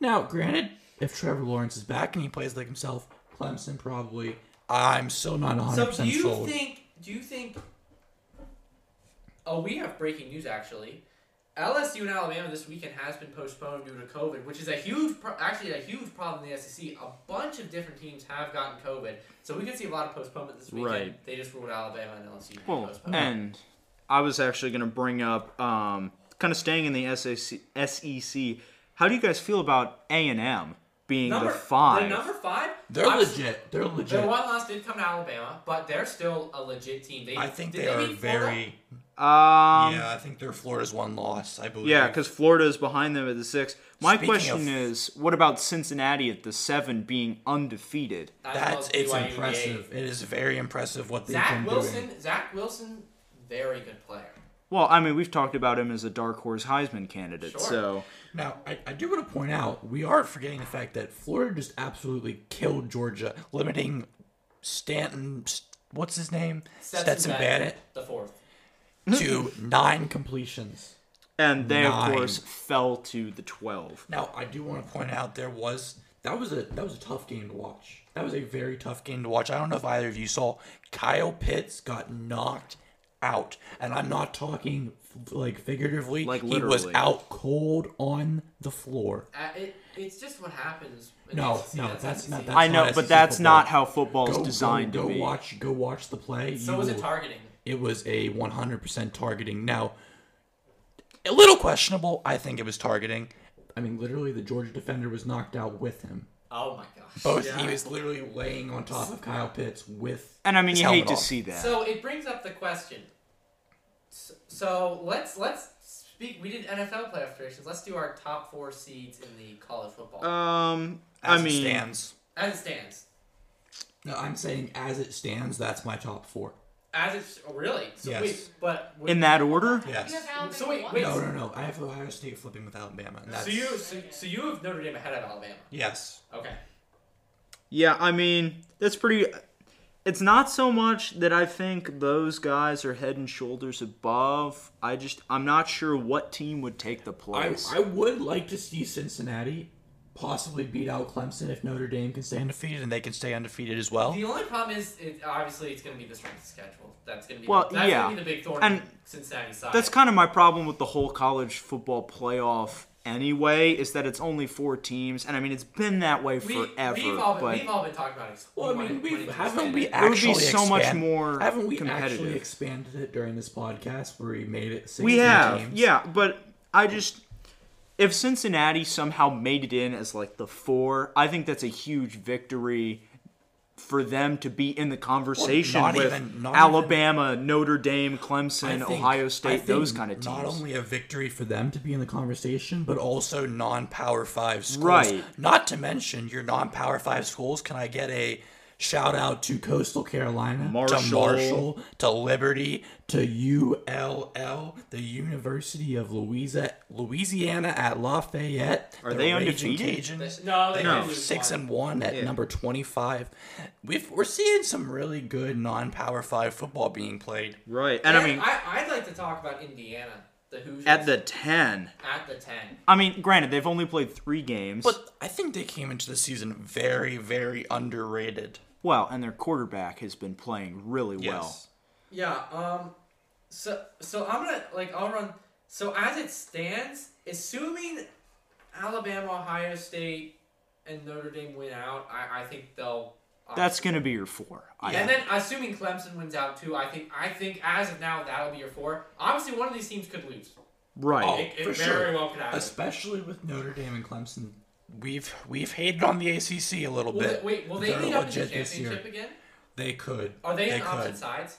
Speaker 3: Now, granted, if Trevor Lawrence is back and he plays like himself, Clemson probably. I'm still not 100%
Speaker 2: So do you
Speaker 3: sold.
Speaker 2: think? Do you think? Oh, we have breaking news actually. LSU and Alabama this weekend has been postponed due to COVID, which is a huge, pro- actually a huge problem in the SEC. A bunch of different teams have gotten COVID, so we could see a lot of postponement this weekend.
Speaker 1: Right.
Speaker 2: They just ruled Alabama and LSU. to be
Speaker 1: Well,
Speaker 2: postponed.
Speaker 1: and I was actually going to bring up, um, kind of staying in the SEC, SEC. E How do you guys feel about A and M being
Speaker 2: number
Speaker 1: the five? Uh,
Speaker 2: The number five.
Speaker 3: they're
Speaker 2: I'm-
Speaker 3: legit. They're
Speaker 2: Their
Speaker 3: legit.
Speaker 2: one loss did come to Alabama, but they're still a legit team. They,
Speaker 3: I think
Speaker 2: did
Speaker 3: they are
Speaker 2: beat Florida?
Speaker 3: very.
Speaker 1: um,
Speaker 3: yeah, I think their Florida's one loss, I believe.
Speaker 1: yeah, because Florida is behind them at the six. My
Speaker 3: Speaking
Speaker 1: question
Speaker 3: of-
Speaker 1: is, what about Cincinnati at the seven being undefeated?
Speaker 2: I
Speaker 3: that's
Speaker 2: love
Speaker 3: it's
Speaker 2: BYU game.
Speaker 3: impressive. It is very impressive what they've
Speaker 2: Zach
Speaker 3: been
Speaker 2: Wilson,
Speaker 3: doing.
Speaker 2: Zach Wilson, very good player.
Speaker 1: Well, I mean, we've talked about him as a dark horse Heisman candidate,
Speaker 2: Sure.
Speaker 1: so
Speaker 3: Now, I, I do want to point out we are forgetting the fact that Florida just absolutely killed Georgia, limiting Stanton. What's his name? Stetson Bennett
Speaker 2: the fourth.
Speaker 3: to nine completions.
Speaker 1: and they
Speaker 3: Nine.
Speaker 1: of course fell to the twelve.
Speaker 3: Now, I do want to point out there was that was a that was a tough game to watch. That was a very tough game to watch. I don't know if either of you saw Kyle Pitts got knocked out, and I'm not talking f- like figuratively.
Speaker 1: Like,
Speaker 3: he was
Speaker 1: literally.
Speaker 3: out cold on the floor.
Speaker 2: Uh, it, it's just what happens. in
Speaker 3: No,
Speaker 2: the SEC.
Speaker 3: no, that's not-
Speaker 2: SEC.
Speaker 3: that's
Speaker 1: I know,
Speaker 3: not
Speaker 1: but
Speaker 3: SEC
Speaker 1: that's
Speaker 3: football.
Speaker 1: not how football is
Speaker 3: Go,
Speaker 1: designed
Speaker 3: go, go
Speaker 1: to be.
Speaker 3: watch go watch the play.
Speaker 2: So
Speaker 3: You
Speaker 2: was it
Speaker 3: will-
Speaker 2: targeting?
Speaker 3: it was a 100% targeting. Now, a little questionable. I think it was targeting. I mean, literally, the Georgia defender was knocked out with him.
Speaker 2: Oh my gosh.
Speaker 3: Both
Speaker 2: Yeah.
Speaker 3: he was literally laying on top of Kyle Pitts with.
Speaker 1: And I mean,
Speaker 3: his
Speaker 1: you hate
Speaker 3: helmet
Speaker 1: to
Speaker 3: off.
Speaker 1: see that.
Speaker 2: So it brings up the question. So, so let's let's speak. We did NFL playoff predictions. Let's do our top four seeds in the college football.
Speaker 3: Uh,
Speaker 1: Um,
Speaker 3: As
Speaker 1: I
Speaker 3: it
Speaker 1: mean,
Speaker 3: stands.
Speaker 2: As it stands,
Speaker 3: No, I'm saying as it stands, that's my top four.
Speaker 2: as it's oh, really. So
Speaker 3: Yes.
Speaker 2: wait, but wait-
Speaker 1: in that order,
Speaker 4: You have
Speaker 3: Yes.
Speaker 4: Alabama
Speaker 2: So wait,
Speaker 4: one.
Speaker 2: wait.
Speaker 3: No, no, no. I have Ohio State flipping with Alabama. And that's,
Speaker 2: So you so, so you have Notre Dame ahead of Alabama.
Speaker 3: Yes.
Speaker 2: Okay.
Speaker 1: yeah, I mean, that's pretty. It's not so much that I think those guys are head and shoulders above. I just, I'm not sure what team would take the
Speaker 3: I,
Speaker 1: place.
Speaker 3: I would like to see Cincinnati possibly beat out Clemson if Notre Dame can stay undefeated and they can stay undefeated as
Speaker 1: Oh.
Speaker 3: well.
Speaker 2: The only problem is, it, obviously, it's going to be the strength of schedule. That's going to be
Speaker 1: Well,
Speaker 2: the, that's
Speaker 1: yeah.
Speaker 2: going to be the big thorn
Speaker 1: And
Speaker 2: in Cincinnati's side.
Speaker 1: that's kind of my problem with the whole college football playoff anyway, is that it's only four teams, and I mean, it's been that way
Speaker 2: we,
Speaker 1: forever.
Speaker 2: We've all been,
Speaker 1: but
Speaker 2: we've all been talking about it.
Speaker 3: Well, I mean,
Speaker 2: Winning-
Speaker 3: we
Speaker 2: winning
Speaker 3: haven't
Speaker 2: Cincinnati.
Speaker 3: we
Speaker 1: would be
Speaker 3: actually
Speaker 1: so much
Speaker 3: expand-
Speaker 1: more
Speaker 3: haven't we actually
Speaker 1: competitive.
Speaker 3: expanded it during this podcast where we made it sixteen
Speaker 1: We have,
Speaker 3: teams?
Speaker 1: yeah, but I just if Cincinnati somehow made it in as like the four, I think that's a huge victory for them to be in the conversation
Speaker 3: Well, not
Speaker 1: with
Speaker 3: even- not
Speaker 1: Alabama, Notre Dame,
Speaker 3: I
Speaker 1: Clemson,
Speaker 3: think-
Speaker 1: Ohio
Speaker 3: I
Speaker 1: State,
Speaker 3: think
Speaker 1: those kind of teams.
Speaker 3: Not only a victory for them to be in the conversation, but also non-power five schools.
Speaker 1: Right.
Speaker 3: Not to mention your non-power five schools. Can I get a shout out to Coastal Carolina, to
Speaker 1: Marshall.
Speaker 3: Marshall, to Liberty, to ULL, the University of Louisa, Louisiana at Lafayette?
Speaker 1: Are
Speaker 3: the
Speaker 1: they
Speaker 3: Raging
Speaker 1: undefeated?
Speaker 3: Cajuns.
Speaker 2: No, they
Speaker 3: They
Speaker 2: no.
Speaker 3: were six and one at number twenty-five. We've, we're seeing some really good non-power five football being played.
Speaker 1: right. And I mean
Speaker 2: I, I'd like to talk about Indiana, the Hoosiers
Speaker 1: at the ten.
Speaker 2: at the ten.
Speaker 1: I mean, granted, they've only played three games.
Speaker 3: But I think they came into the season very, very underrated.
Speaker 1: Well, and their quarterback has been playing really well.
Speaker 3: Yes.
Speaker 2: Yeah. Um. So so I'm gonna like I'll run. So as it stands, assuming Alabama, Ohio State, and Notre Dame win out, I I think they'll.
Speaker 1: That's going to be your four. I
Speaker 2: and
Speaker 1: think.
Speaker 2: then assuming Clemson wins out too, I think I think as of now that'll be your four. Obviously, one of these teams could lose.
Speaker 1: right.
Speaker 3: Oh,
Speaker 2: It, it
Speaker 3: for
Speaker 2: very
Speaker 3: sure.
Speaker 2: well could happen.
Speaker 3: Especially with Notre Dame and Clemson, we've we've hated on the ACC a little
Speaker 2: Will
Speaker 3: bit.
Speaker 2: they, wait, will they
Speaker 3: They're
Speaker 2: lead up to the
Speaker 3: legit this year.
Speaker 2: championship again?
Speaker 3: They could.
Speaker 2: Are they, in
Speaker 3: could.
Speaker 2: opposite sides?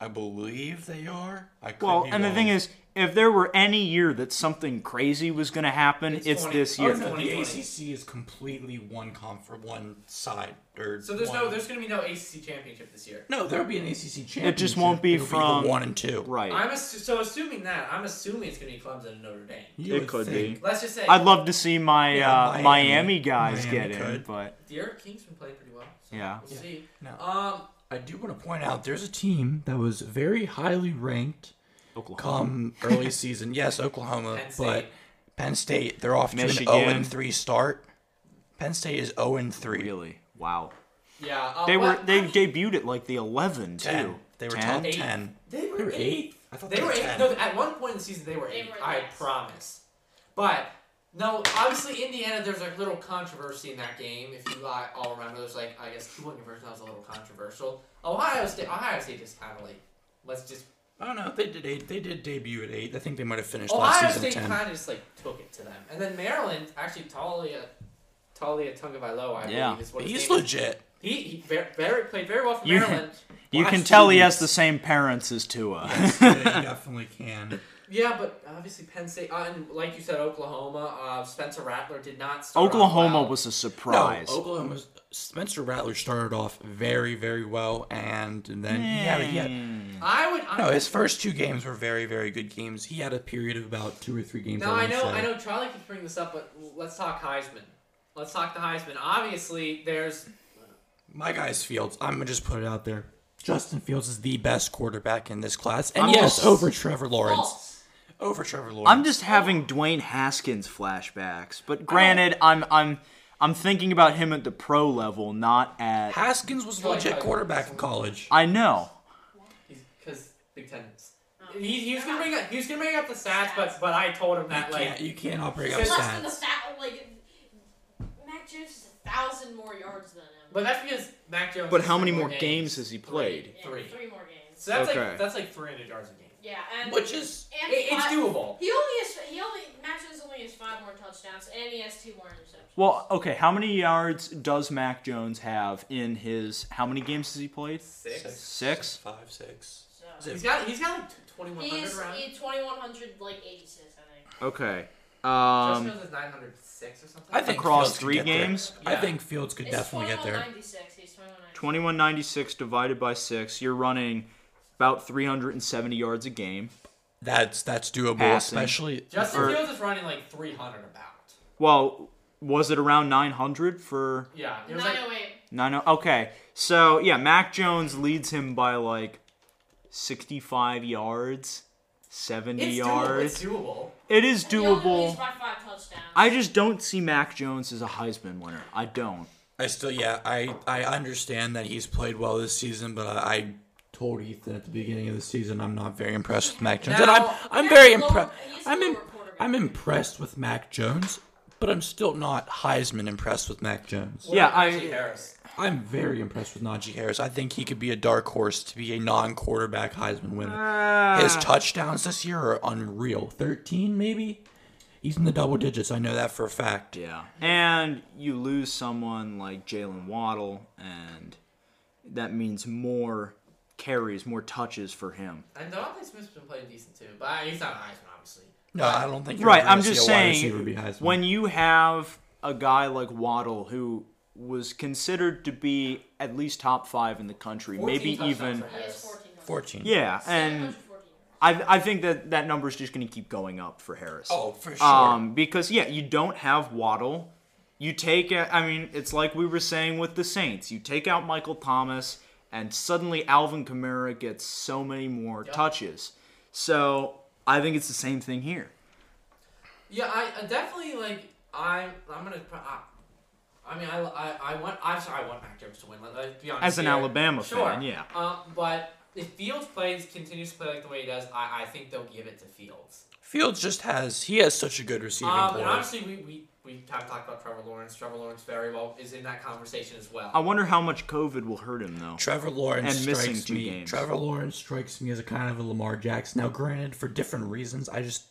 Speaker 3: I believe they are. I could
Speaker 1: Well,
Speaker 3: be
Speaker 1: and the
Speaker 3: wrong.
Speaker 1: thing is, if there were any year that something crazy was going to happen, it's,
Speaker 2: It's 20.
Speaker 1: this
Speaker 2: Oh,
Speaker 1: year.
Speaker 2: no.
Speaker 3: No, the
Speaker 2: 2020.
Speaker 3: ACC is completely one confer, one side, or
Speaker 2: So there's no
Speaker 3: one-
Speaker 2: there's gonna be no ACC championship this year.
Speaker 3: no, there'll be an ACC championship.
Speaker 1: It just won't be
Speaker 3: It'll the
Speaker 1: from-
Speaker 3: one and two.
Speaker 1: Right.
Speaker 2: I'm assu- so assuming that I'm assuming it's gonna be Clemson and Notre Dame.
Speaker 3: You
Speaker 1: It
Speaker 3: would
Speaker 1: could
Speaker 3: think.
Speaker 2: Let's just say
Speaker 1: I'd love to see my
Speaker 3: Yeah,
Speaker 1: uh,
Speaker 3: Miami.
Speaker 1: Miami. guys
Speaker 3: Miami
Speaker 1: get in,
Speaker 3: could.
Speaker 1: but
Speaker 2: Derek King's been playing pretty well. So
Speaker 1: Yeah.
Speaker 2: We'll see.
Speaker 3: No.
Speaker 2: Um.
Speaker 3: I do want to point out there's a team that was very highly ranked
Speaker 1: Oklahoma.
Speaker 3: come early season. Yes, Oklahoma,
Speaker 2: Penn State.
Speaker 3: but Penn State they're off
Speaker 1: Michigan.
Speaker 3: to an 0 and 3 start. Penn State is 0 and 3.
Speaker 1: Really? Wow.
Speaker 2: Yeah. Uh,
Speaker 1: They were
Speaker 2: well,
Speaker 1: they
Speaker 2: I mean,
Speaker 1: debuted at like the 11 too.
Speaker 3: Oh, Ten. They were top 10.
Speaker 2: They were eighth.
Speaker 3: I thought
Speaker 2: They were eighth. No, at one point in the season they were
Speaker 4: They
Speaker 2: eighth.
Speaker 4: were
Speaker 2: I
Speaker 4: last.
Speaker 2: promise. But no, obviously Indiana. There's a little controversy in that game. If you uh, all remember, there's like I guess two point conversion that was a little controversial. Ohio State. Ohio State just kind of like let's just
Speaker 3: Oh no, they did eight. They did debut at eight. I think they might have finished
Speaker 2: Ohio
Speaker 3: last season
Speaker 2: State
Speaker 3: ten.
Speaker 2: kind of just like took it to them, and then Maryland actually Talia, Talia Tungavailoa, I
Speaker 1: Yeah.
Speaker 2: believe is what his
Speaker 3: He's
Speaker 2: name is.
Speaker 3: legit.
Speaker 2: He, he very, very played very well for
Speaker 1: You-
Speaker 2: Maryland.
Speaker 1: You
Speaker 3: Last
Speaker 1: can
Speaker 3: two
Speaker 1: tell he has
Speaker 3: weeks.
Speaker 1: the same parents as Tua.
Speaker 3: yeah, you definitely can.
Speaker 2: Yeah, but obviously Penn State, uh, and like you said, Oklahoma. Uh, Spencer Rattler did not. Start off
Speaker 1: Oklahoma
Speaker 2: well.
Speaker 1: was a
Speaker 3: No,
Speaker 1: surprise.
Speaker 3: Oklahoma's Spencer Rattler started off very, very well, and then he had, he had
Speaker 2: I would. I,
Speaker 3: no. His first two games were very, very good games. He had a period of about two or three games.
Speaker 2: now I
Speaker 3: wanna
Speaker 2: know.
Speaker 3: say.
Speaker 2: I know. Charlie keeps bringing this up, but let's talk Heisman. Let's talk the Heisman. Obviously, there's
Speaker 3: My guy's Fields. I'm gonna just put it out there. Justin Fields is the best quarterback in this class, and
Speaker 1: I'm
Speaker 3: yes,
Speaker 1: just-
Speaker 3: over Trevor Lawrence.
Speaker 4: False.
Speaker 3: Over Trevor Lawrence.
Speaker 1: I'm just having Dwayne Haskins flashbacks, but granted, I'm I'm I'm thinking about him at the pro level, not at.
Speaker 3: Haskins was a legit quarterback in college.
Speaker 1: I know.
Speaker 2: because Big Ten. He, he was gonna bring up. He was gonna bring up the stats, but but I told him that
Speaker 3: You
Speaker 2: like
Speaker 3: can't, you can't operate up
Speaker 2: Plus
Speaker 4: Less than the
Speaker 3: stats.
Speaker 4: stat, like Mac Jones is a thousand more yards than him.
Speaker 2: But that's because Mac Jones.
Speaker 1: But
Speaker 2: has
Speaker 1: how
Speaker 2: three
Speaker 1: many more games has he played?
Speaker 4: Yeah,
Speaker 2: Three.
Speaker 4: three more games.
Speaker 2: So that's
Speaker 1: Okay.
Speaker 2: like that's like 300 yards a game.
Speaker 4: Yeah, and
Speaker 3: Which is
Speaker 4: and
Speaker 2: It, it's
Speaker 4: five-
Speaker 2: doable.
Speaker 4: He only has he only Mac Jones only has five more touchdowns, and he has two more interceptions.
Speaker 1: Well, okay. How many yards does Mac Jones have in his? How many games has he played?
Speaker 2: Six.
Speaker 1: Six.
Speaker 3: five, six.
Speaker 4: so
Speaker 2: He's got he's got like
Speaker 4: he's
Speaker 2: 2100 around.
Speaker 4: he twenty one hundred like eighty six, I think.
Speaker 1: Okay.
Speaker 2: Justin
Speaker 1: Um,
Speaker 2: Fields is 906 or something.
Speaker 3: I think
Speaker 1: across
Speaker 3: Fields could
Speaker 1: three
Speaker 3: get there.
Speaker 1: games,
Speaker 3: I
Speaker 2: Yeah.
Speaker 3: think Fields could
Speaker 4: It's
Speaker 3: definitely get there.
Speaker 4: 2196, He's twenty one ninety.
Speaker 1: twenty-one ninety-six divided by six, you're running about three hundred and seventy yards a game.
Speaker 3: That's that's doable,
Speaker 1: Passing.
Speaker 3: especially.
Speaker 2: Justin
Speaker 1: or-
Speaker 2: Fields is running like 300 about.
Speaker 1: Well, was it around nine hundred for
Speaker 2: Yeah. It was
Speaker 4: Nine
Speaker 2: like
Speaker 4: oh eight.
Speaker 1: nine? Okay, so yeah, Mac Jones leads him by like sixty-five yards, seventy
Speaker 2: it's doable.
Speaker 1: yards.
Speaker 2: It's doable.
Speaker 1: It is
Speaker 4: He only leads
Speaker 1: doable.
Speaker 4: by five touchdowns.
Speaker 1: I just don't see Mac Jones as a Heisman winner. I don't.
Speaker 3: I still, yeah, I I understand that he's played well this season, but I, I told Ethan at the beginning of the season I'm not very impressed with Mac Jones. and I'm
Speaker 2: Now-
Speaker 3: I'm
Speaker 4: He's
Speaker 3: very
Speaker 4: a lower-
Speaker 3: impressed.
Speaker 4: he's a
Speaker 3: I'm im-
Speaker 4: lower quarterback.
Speaker 3: I'm impressed with Mac Jones, but I'm still not Heisman impressed with Mac Jones.
Speaker 2: What
Speaker 1: Yeah,
Speaker 2: about
Speaker 1: I-
Speaker 2: Najee Harris.
Speaker 3: I'm very impressed with Najee Harris. I think he could be a dark horse to be a non-quarterback Heisman winner.
Speaker 2: Ah.
Speaker 1: Ah.
Speaker 3: His touchdowns this year are unreal. 13 maybe. He's in the double digits. I know that for a fact.
Speaker 1: Yeah. And you lose someone like Jalen Waddle, and that means more carries, more touches for him.
Speaker 2: And Devontae Smith's been playing decent too, but he's not Heisman obviously.
Speaker 3: No, I don't think you're
Speaker 1: Right.
Speaker 3: ever gonna
Speaker 1: I'm just
Speaker 3: see a wide receiver
Speaker 1: saying
Speaker 3: be Heisman.
Speaker 1: when you have a guy like Waddle who was considered to be at least top five in the country,
Speaker 2: 14
Speaker 1: maybe
Speaker 2: touchdowns
Speaker 1: even.
Speaker 2: for
Speaker 4: He has
Speaker 2: Harris.
Speaker 4: 14 touchdowns.
Speaker 3: 14.
Speaker 1: Yeah, and
Speaker 4: 714.
Speaker 1: I, I think that that number is just going to keep going up for Harris.
Speaker 3: Oh, for sure.
Speaker 1: Um, because yeah, you don't have Waddle. You take, a- I mean, it's like we were saying with the Saints. You take out Michael Thomas, and suddenly Alvin Kamara gets so many more touches. So I think it's the same thing here.
Speaker 2: Yeah, I, I definitely like. I'm I'm gonna. pro- I, I mean, I, I, I want I'm sorry, I want Mac Jones to win. Let, us be honest.
Speaker 1: As an
Speaker 2: here.
Speaker 1: Alabama
Speaker 2: sure.
Speaker 1: fan, yeah.
Speaker 2: Uh, but if Fields plays continues to play like the way he does, I, I think they'll give it to Fields.
Speaker 3: Fields just has he has such a good receiving
Speaker 2: Um, and
Speaker 3: core.
Speaker 2: obviously, we, we we have talked about Trevor Lawrence. Trevor Lawrence very well is in that conversation as well.
Speaker 1: I wonder how much COVID will hurt him though.
Speaker 3: Trevor Lawrence
Speaker 1: And missing
Speaker 3: strikes
Speaker 1: two
Speaker 3: me.
Speaker 1: games.
Speaker 3: Trevor Lawrence strikes me as a kind of a Lamar Jackson. Now, granted, for different reasons, I just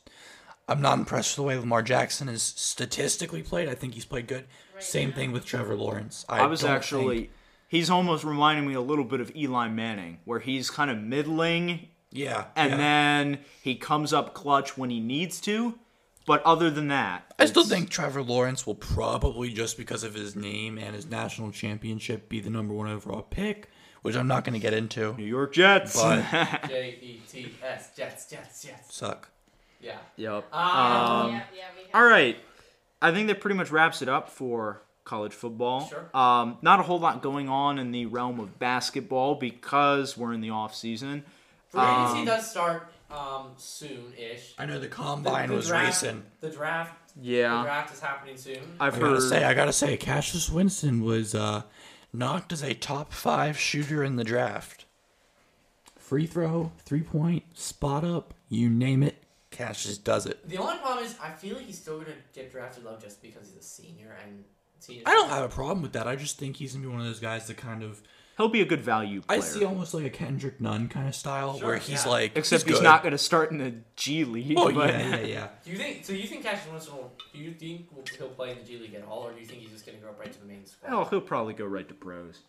Speaker 3: I'm not impressed with the way Lamar Jackson is statistically played. I think he's played good.
Speaker 4: Right
Speaker 3: Same
Speaker 4: now.
Speaker 3: thing with Trevor Lawrence. I,
Speaker 1: I was
Speaker 3: don't
Speaker 1: actually.
Speaker 3: think-
Speaker 1: He's almost reminding me a little bit of Eli Manning, where he's kind of middling
Speaker 3: yeah,
Speaker 1: and
Speaker 3: yeah.
Speaker 1: then he comes up clutch when he needs to. But other than that,
Speaker 3: I still
Speaker 1: it's-
Speaker 3: think Trevor Lawrence will probably just because of his name and his national championship be the number one overall pick, which I'm not going to get into.
Speaker 1: New York Jets.
Speaker 3: But-
Speaker 2: J E T S Jets Jets Jets.
Speaker 3: Suck.
Speaker 2: Yeah.
Speaker 1: yep.
Speaker 3: Uh,
Speaker 2: Um,
Speaker 4: yeah, yeah, we have.
Speaker 1: All right. I think that pretty much wraps it up for college football.
Speaker 2: Sure.
Speaker 1: Um, not a whole lot going on in the realm of basketball because we're in the off season.
Speaker 2: Free agency
Speaker 1: Um,
Speaker 2: does start um, soon ish.
Speaker 3: I know the combine was recent.
Speaker 2: The draft. The
Speaker 1: Yeah.
Speaker 2: draft is happening soon.
Speaker 1: I've
Speaker 3: I
Speaker 1: heard
Speaker 3: gotta say, I gotta say, Cassius Winston was uh, knocked as a top five shooter in the draft. Free throw, three point, spot up, you name it, Cassius does it.
Speaker 2: The only problem is I feel like he's still gonna get drafted low just because he's a senior and senior.
Speaker 3: I don't have a problem with that. I just think he's gonna be one of those guys that kind of
Speaker 1: he'll be a good value player.
Speaker 3: I see almost like a Kendrick Nunn kind of style
Speaker 2: Sure,
Speaker 3: where he's
Speaker 2: yeah.
Speaker 3: like
Speaker 1: except he's,
Speaker 3: good.
Speaker 1: not going to start in the G League.
Speaker 3: Oh
Speaker 1: but
Speaker 3: yeah, yeah, yeah.
Speaker 2: Do you think? So you think Cassius Winston will? Do you think will- he'll play in the G League at all, or do you think he's just gonna go up right to the main squad?
Speaker 1: Well, Oh, he'll probably go right to pros.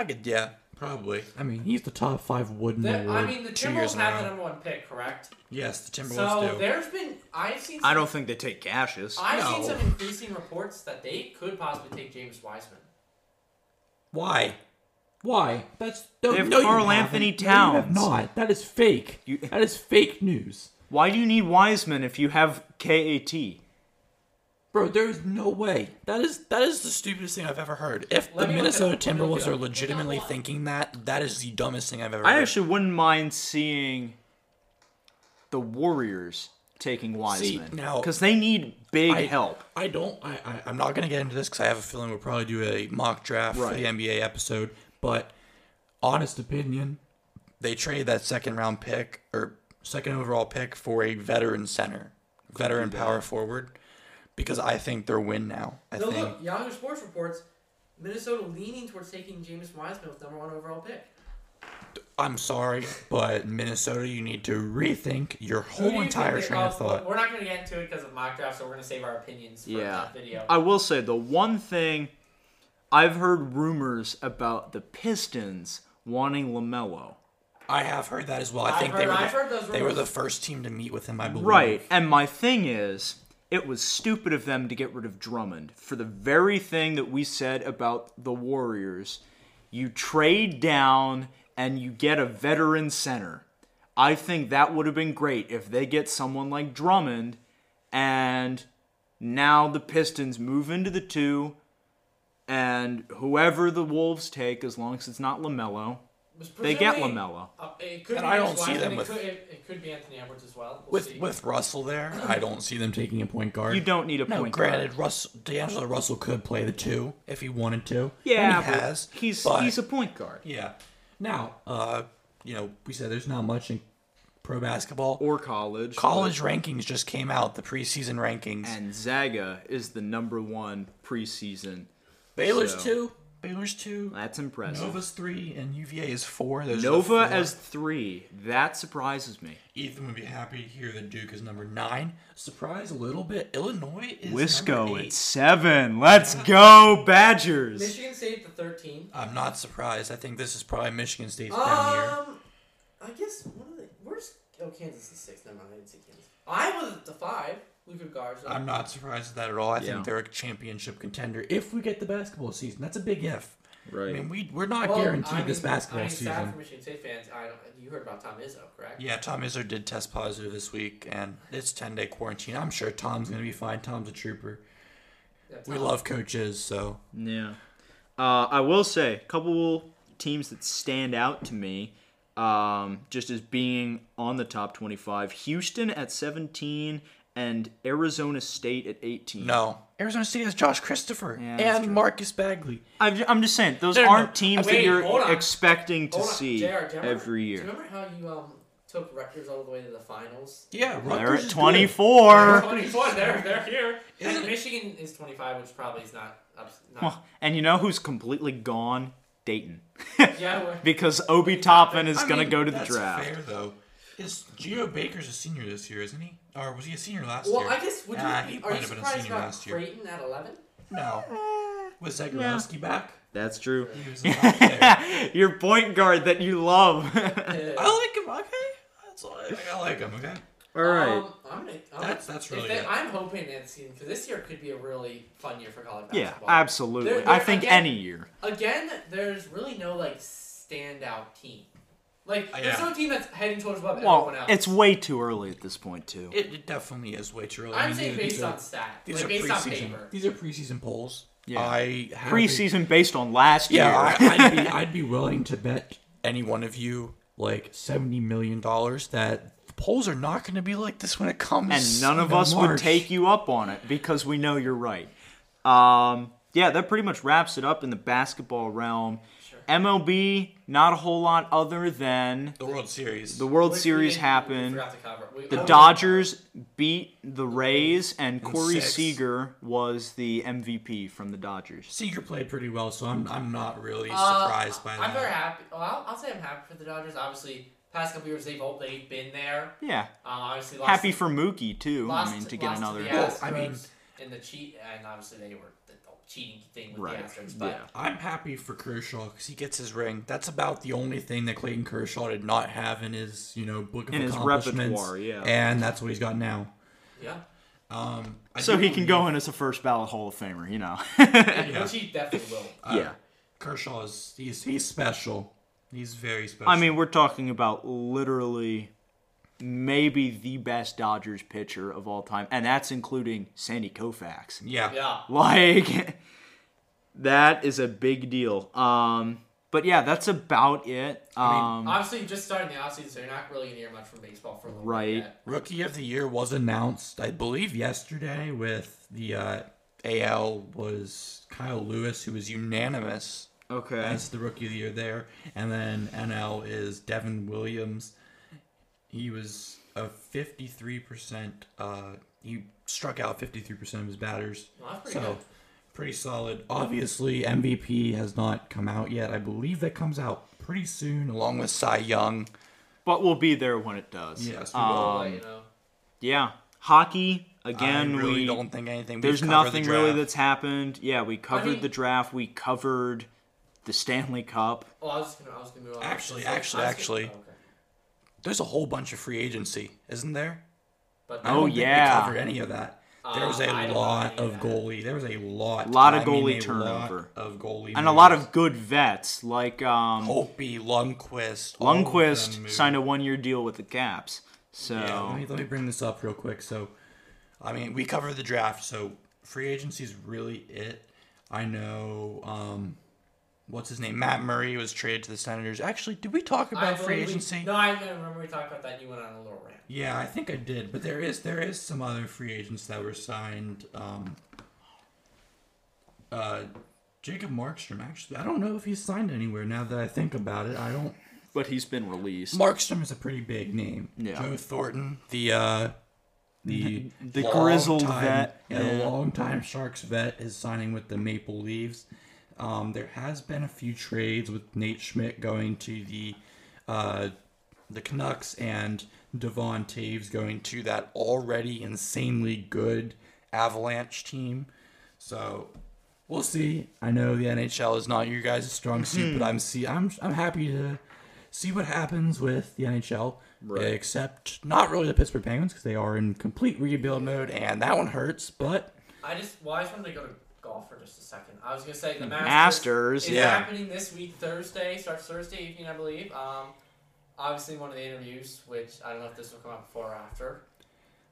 Speaker 3: I could, yeah, probably. I mean, he's the top five wooden
Speaker 2: The-
Speaker 3: award
Speaker 2: I mean, the
Speaker 3: two years
Speaker 2: Timberwolves
Speaker 3: in a
Speaker 2: have
Speaker 3: row.
Speaker 2: the number one pick, correct?
Speaker 3: Yes, the Timberwolves
Speaker 2: So
Speaker 3: do.
Speaker 2: there's been I've seen.
Speaker 1: I don't think they take Cassius.
Speaker 2: I've seen
Speaker 3: No.
Speaker 2: some increasing reports that they could possibly take James Wiseman.
Speaker 3: Why? Why? That's no,
Speaker 1: They have
Speaker 3: no, you
Speaker 1: Karl
Speaker 3: haven't.
Speaker 1: Anthony
Speaker 3: No, you have
Speaker 1: Towns.
Speaker 3: not. That is fake.
Speaker 1: You-
Speaker 3: That is fake news,
Speaker 1: Why do you need Wiseman if you have KAT?
Speaker 3: bro. There is no way. That is that is the stupidest thing I've ever heard.
Speaker 2: Let
Speaker 3: If the
Speaker 2: me look it
Speaker 3: Minnesota
Speaker 2: up. Let me look
Speaker 3: Timberwolves
Speaker 2: it
Speaker 3: are
Speaker 2: up.
Speaker 3: legitimately
Speaker 4: Look up.
Speaker 3: thinking that, that is the dumbest thing I've ever.
Speaker 1: I
Speaker 3: heard.
Speaker 1: actually wouldn't mind seeing the Warriors taking Wiseman
Speaker 3: now-
Speaker 1: because they need big
Speaker 3: I-
Speaker 1: help.
Speaker 3: I don't. I, I I'm not gonna get into this because I have a feeling we'll probably do a mock draft for
Speaker 1: Right.
Speaker 3: the NBA episode. But honest opinion, they traded that second round pick or second overall pick for a veteran center, veteran power forward, because I think they're win now. I
Speaker 2: No,
Speaker 3: think.
Speaker 2: look, Yahoo Sports reports Minnesota leaning towards taking James Wiseman with number one overall pick.
Speaker 3: I'm sorry, but Minnesota, you need to rethink your
Speaker 2: Who do
Speaker 3: whole
Speaker 2: you
Speaker 3: entire
Speaker 2: think they-
Speaker 3: train of
Speaker 2: oh,
Speaker 3: thought.
Speaker 2: We're not going to get into it because of mock draft, so we're going to save our opinions for
Speaker 1: Yeah.
Speaker 2: that video.
Speaker 1: I will say the one thing I've heard rumors about the Pistons wanting LaMelo.
Speaker 3: I have heard that as well. I
Speaker 2: I've
Speaker 3: think they
Speaker 2: heard-
Speaker 3: were
Speaker 2: I've heard
Speaker 3: the,
Speaker 2: those
Speaker 3: they were
Speaker 2: rumors.
Speaker 3: the first team to meet with him. I believe.
Speaker 1: Right. And my thing is, it was stupid of them to get rid of Drummond for the very thing that we said about the Warriors. You trade down and you get a veteran center. I think that would have been great if they get someone like Drummond and now the Pistons move into the 2 and whoever the Wolves take as long as it's not LaMelo,
Speaker 2: Was
Speaker 1: they get
Speaker 2: presumably-
Speaker 1: LaMelo.
Speaker 2: Uh, it could
Speaker 3: And
Speaker 2: be
Speaker 3: I
Speaker 2: James
Speaker 3: don't see
Speaker 2: Wiseman,
Speaker 3: them
Speaker 2: it
Speaker 3: with-
Speaker 2: Could, it, it could be Anthony Edwards as well. We'll
Speaker 3: With
Speaker 2: see.
Speaker 3: with Russell there, I don't see them taking a point guard.
Speaker 1: You don't need a
Speaker 3: No,
Speaker 1: point guard.
Speaker 3: granted, Russell D'Angelo Russell could play the two if he wanted to.
Speaker 1: Yeah,
Speaker 3: and he
Speaker 1: but
Speaker 3: has.
Speaker 1: he's
Speaker 3: but-
Speaker 1: he's a point guard.
Speaker 3: yeah. Now, uh, you know, we said there's not much in pro basketball.
Speaker 1: or college.
Speaker 3: College rankings just came out, the preseason rankings.
Speaker 1: And Zaga is the number one preseason.
Speaker 3: Baylor's
Speaker 1: so-
Speaker 3: two, Baylor's two,
Speaker 1: That's impressive. Nova,
Speaker 3: Nova's three, and UVA is four. Those are the four.
Speaker 1: as three. That surprises me.
Speaker 3: Ethan would be happy to hear that Duke is number nine. Surprise a little bit. Illinois is number
Speaker 1: Wisco
Speaker 3: eight.
Speaker 1: at seven. Let's go, Badgers.
Speaker 2: Michigan State at the 13.
Speaker 3: I'm not surprised. I think this is probably Michigan State's
Speaker 1: Oh,
Speaker 2: Um,
Speaker 3: down here.
Speaker 2: I guess one of the where's oh Kansas is six. Never mind, I didn't see Kansas. Iowa's at the five. Luca Garza.
Speaker 3: I'm not surprised at that at all. I
Speaker 1: Yeah.
Speaker 3: think they're a championship contender if we get the basketball season. That's a big if. I
Speaker 1: Right.
Speaker 3: mean, we we're not
Speaker 2: Well,
Speaker 3: guaranteed
Speaker 2: I mean,
Speaker 3: this basketball
Speaker 2: I mean,
Speaker 3: season.
Speaker 2: Sad for Michigan State fans. I don't, you heard about Tom Izzo, correct?
Speaker 3: Yeah, Tom Izzo did test positive this week, and it's ten day quarantine. I'm sure Tom's gonna be fine. Tom's a trooper.
Speaker 2: Yeah,
Speaker 3: We
Speaker 2: Tom.
Speaker 3: love coaches, so
Speaker 1: Yeah. Uh, I will say, a couple teams that stand out to me um, just as being on the top 25 Houston at 17 and Arizona State at 18.
Speaker 3: No. Arizona State has Josh Christopher
Speaker 1: Yeah, that's
Speaker 3: and
Speaker 1: true.
Speaker 3: Marcus Bagley.
Speaker 1: I'm, ju- I'm just saying those
Speaker 3: They're
Speaker 1: aren't
Speaker 3: not-
Speaker 1: teams
Speaker 2: Wait,
Speaker 1: that
Speaker 2: hold
Speaker 1: you're
Speaker 2: on.
Speaker 1: expecting to
Speaker 2: Hold on,
Speaker 1: see
Speaker 2: JR, do you remember-
Speaker 1: every
Speaker 2: Do
Speaker 1: year.
Speaker 2: you remember how you um took Rutgers all the way to the finals?
Speaker 3: Yeah,
Speaker 1: They're
Speaker 3: Rutgers
Speaker 1: at
Speaker 3: is good.
Speaker 1: 24.
Speaker 2: 24, they're, they're here.
Speaker 3: Uh, Isn't
Speaker 2: And
Speaker 3: it-
Speaker 2: Michigan is 25, which probably is not. Up, not
Speaker 1: Well, and you know who's completely gone? Dayton.
Speaker 2: Yeah, we're-
Speaker 1: because Obi Toppin is
Speaker 3: I
Speaker 1: going to
Speaker 3: mean,
Speaker 1: go to the
Speaker 3: that's
Speaker 1: draft.
Speaker 3: Fair though. Is Geo Baker's a senior this year, isn't he? Or was he a senior last
Speaker 2: well,
Speaker 3: year?
Speaker 2: I guess, would you,
Speaker 3: Nah, he
Speaker 2: are
Speaker 3: might
Speaker 2: you
Speaker 3: have been a
Speaker 2: surprised
Speaker 3: senior
Speaker 2: about
Speaker 3: last year.
Speaker 2: Creighton at 11?
Speaker 3: no.
Speaker 2: Eh.
Speaker 3: Was Zagorowski back?
Speaker 1: That's true.
Speaker 3: He was not there.
Speaker 1: Your point guard that you love.
Speaker 2: Uh,
Speaker 3: I like him. Okay, that's all. I, I like him. Okay.
Speaker 1: All right.
Speaker 2: Um, I'm gonna, I'm
Speaker 3: That's- that's
Speaker 2: if
Speaker 3: really
Speaker 2: they-
Speaker 3: it.
Speaker 2: I'm hoping it's because this year could be a really fun year for college
Speaker 1: yeah,
Speaker 2: basketball.
Speaker 1: absolutely.
Speaker 2: They're-
Speaker 1: I
Speaker 2: they're-
Speaker 1: think
Speaker 2: again-
Speaker 1: any year.
Speaker 2: Again, there's really no like standout team. Like
Speaker 3: Uh,
Speaker 2: there's
Speaker 3: yeah.
Speaker 2: no team that's head and shoulders above
Speaker 1: Well,
Speaker 2: everyone else.
Speaker 1: it's way too early at this point, too.
Speaker 3: It, it definitely is way too early. I
Speaker 2: I'm
Speaker 3: mean,
Speaker 2: saying
Speaker 3: these are-
Speaker 2: based on stat,
Speaker 3: These
Speaker 2: like
Speaker 3: are
Speaker 2: based on
Speaker 3: preseason.
Speaker 2: paper.
Speaker 3: These are preseason polls.
Speaker 1: Yeah.
Speaker 3: I have a-
Speaker 1: Preseason based on last
Speaker 3: Yeah, I,
Speaker 1: year.
Speaker 3: I'd be I'd be willing to bet any one of you like seventy million dollars that the polls are not going to be like this when it comes.
Speaker 1: and none of
Speaker 3: in
Speaker 1: us would
Speaker 3: March.
Speaker 1: take you up on it because we know you're right. Um, yeah, that pretty much wraps it up in the basketball realm.
Speaker 2: Sure.
Speaker 1: MLB, not a whole lot other than
Speaker 3: the World Series.
Speaker 1: the World
Speaker 2: Which we
Speaker 1: Series
Speaker 2: didn't- we
Speaker 1: happened.
Speaker 2: forgot to cover. We-
Speaker 1: The
Speaker 2: oh,
Speaker 1: Dodgers beat the Rays, and Corey
Speaker 3: six.
Speaker 1: Seager was the MVP from the Dodgers.
Speaker 3: Seeger played pretty well, so I'm I'm not really
Speaker 2: Uh,
Speaker 3: surprised by
Speaker 2: I'm
Speaker 3: that.
Speaker 2: very happy. Well, I'll, I'll say I'm happy for the Dodgers. Obviously, past couple years they've all- they've been there.
Speaker 1: Yeah,
Speaker 2: Uh, obviously, lost,
Speaker 1: happy for Mookie too. I
Speaker 2: Lost,
Speaker 1: mean, to get
Speaker 2: lost
Speaker 1: another.
Speaker 2: the
Speaker 3: Well, I
Speaker 2: Astros
Speaker 3: mean-
Speaker 2: and the cheat, and obviously they were the whole cheating thing with
Speaker 1: Right.
Speaker 2: the Astros. But
Speaker 1: Yeah.
Speaker 3: I'm happy for Kershaw because he gets his ring. That's about the only thing that Clayton Kershaw did not have in his, you know, book of
Speaker 1: In his
Speaker 3: accomplishments,
Speaker 1: repertoire, yeah.
Speaker 3: And that's what he's got now.
Speaker 2: yeah.
Speaker 3: Um, I
Speaker 1: So
Speaker 3: do
Speaker 1: he can
Speaker 3: believe
Speaker 1: go in as a first ballot Hall of Famer, you know.
Speaker 2: yeah. Which he definitely will.
Speaker 1: yeah.
Speaker 3: Kershaw is he's he's special. He's very special.
Speaker 1: I mean, we're talking about literally maybe the best Dodgers pitcher of all time, and that's including Sandy Koufax.
Speaker 3: yeah,
Speaker 2: Yeah.
Speaker 1: Like that is a big deal. Um, but yeah, that's about it. Um,
Speaker 2: Obviously, just starting the offseason, so you're not really going to hear much from baseball for a little
Speaker 1: Right.
Speaker 2: bit. yet.
Speaker 3: Rookie of the year was announced, I believe, yesterday with the uh, AL was Kyle Lewis, who was unanimous
Speaker 1: okay.
Speaker 3: as the rookie of the year there, and then NL is Devin Williams. He was a fifty-three percent. Uh, he struck out fifty-three percent of his batters.
Speaker 2: Well, that's pretty
Speaker 3: so.
Speaker 2: good.
Speaker 3: Pretty solid. Obviously, MVP has not come out yet. I believe that comes out pretty soon, along with Cy Young.
Speaker 1: But we'll be there when it does.
Speaker 3: Yes, we will.
Speaker 1: Um,
Speaker 2: Like, you know,
Speaker 1: yeah. Hockey again.
Speaker 3: I really
Speaker 1: we
Speaker 3: don't think anything. We've
Speaker 1: there's
Speaker 3: covered
Speaker 1: nothing
Speaker 3: the
Speaker 1: really
Speaker 3: draft.
Speaker 1: that's happened. Yeah, we covered
Speaker 2: mean-
Speaker 1: the draft. We covered the Stanley Cup.
Speaker 2: oh, I was going to I was gonna move on.
Speaker 3: Actually,
Speaker 2: I was
Speaker 3: actually,
Speaker 2: gonna-
Speaker 3: actually.
Speaker 2: oh, okay.
Speaker 3: There's a whole bunch of free agency, isn't there?
Speaker 2: But
Speaker 3: I
Speaker 1: Oh,
Speaker 3: don't think
Speaker 1: yeah.
Speaker 3: we covered any of that. There was a
Speaker 2: Uh, I don't know
Speaker 3: lot
Speaker 2: any of
Speaker 3: of
Speaker 2: that.
Speaker 3: goalie. There was a lot,
Speaker 1: Lot of
Speaker 3: I mean,
Speaker 1: goalie
Speaker 3: a lot
Speaker 1: turnover.
Speaker 3: of goalie,
Speaker 1: and a lot of good vets like um,
Speaker 3: Holtby, Lundqvist. all of them
Speaker 1: Lundqvist
Speaker 3: moved.
Speaker 1: signed a one-year deal with the Caps. So
Speaker 3: Yeah, let me, let me bring this up real quick. So, I mean, we covered the draft, so free agency is really it. I know, um, what's his name? Matt Murray was traded to the Senators. Actually, did we talk
Speaker 2: I
Speaker 3: about free
Speaker 2: believe we-
Speaker 3: agency?
Speaker 2: no, I don't remember we talked about that. and You went on a little rant.
Speaker 3: Yeah, I think I did, but there is there is some other free agents that were signed. Um, uh, Jacob Markstrom actually, I don't know if he's signed anywhere. Now that I think about it, I don't.
Speaker 1: but he's been released.
Speaker 3: Markstrom is a pretty big name.
Speaker 1: Yeah.
Speaker 3: Joe Thornton, the uh, the
Speaker 1: The grizzled vet.
Speaker 3: yeah, the
Speaker 1: Yeah.
Speaker 3: longtime Sharks vet, is signing with the Maple Leaves. Um, there has been a few trades with Nate Schmidt going to the uh, the Canucks and Devon Taves going to that already insanely good Avalanche team. So we'll see. I know the NHL is not your guys' strong suit,
Speaker 1: Hmm.
Speaker 3: but I'm see I'm I'm happy to see what happens with the NHL. Except not really the Pittsburgh Penguins because they are in complete rebuild mode, and that one hurts. But
Speaker 2: I just, well, I just wanted to go to golf for just a second. I was gonna say the
Speaker 1: Masters,
Speaker 2: Masters, is
Speaker 3: yeah.
Speaker 2: happening this week, Thursday. Starts Thursday evening, I believe. Um, obviously one of the interviews, which I don't know if this will come out before or after.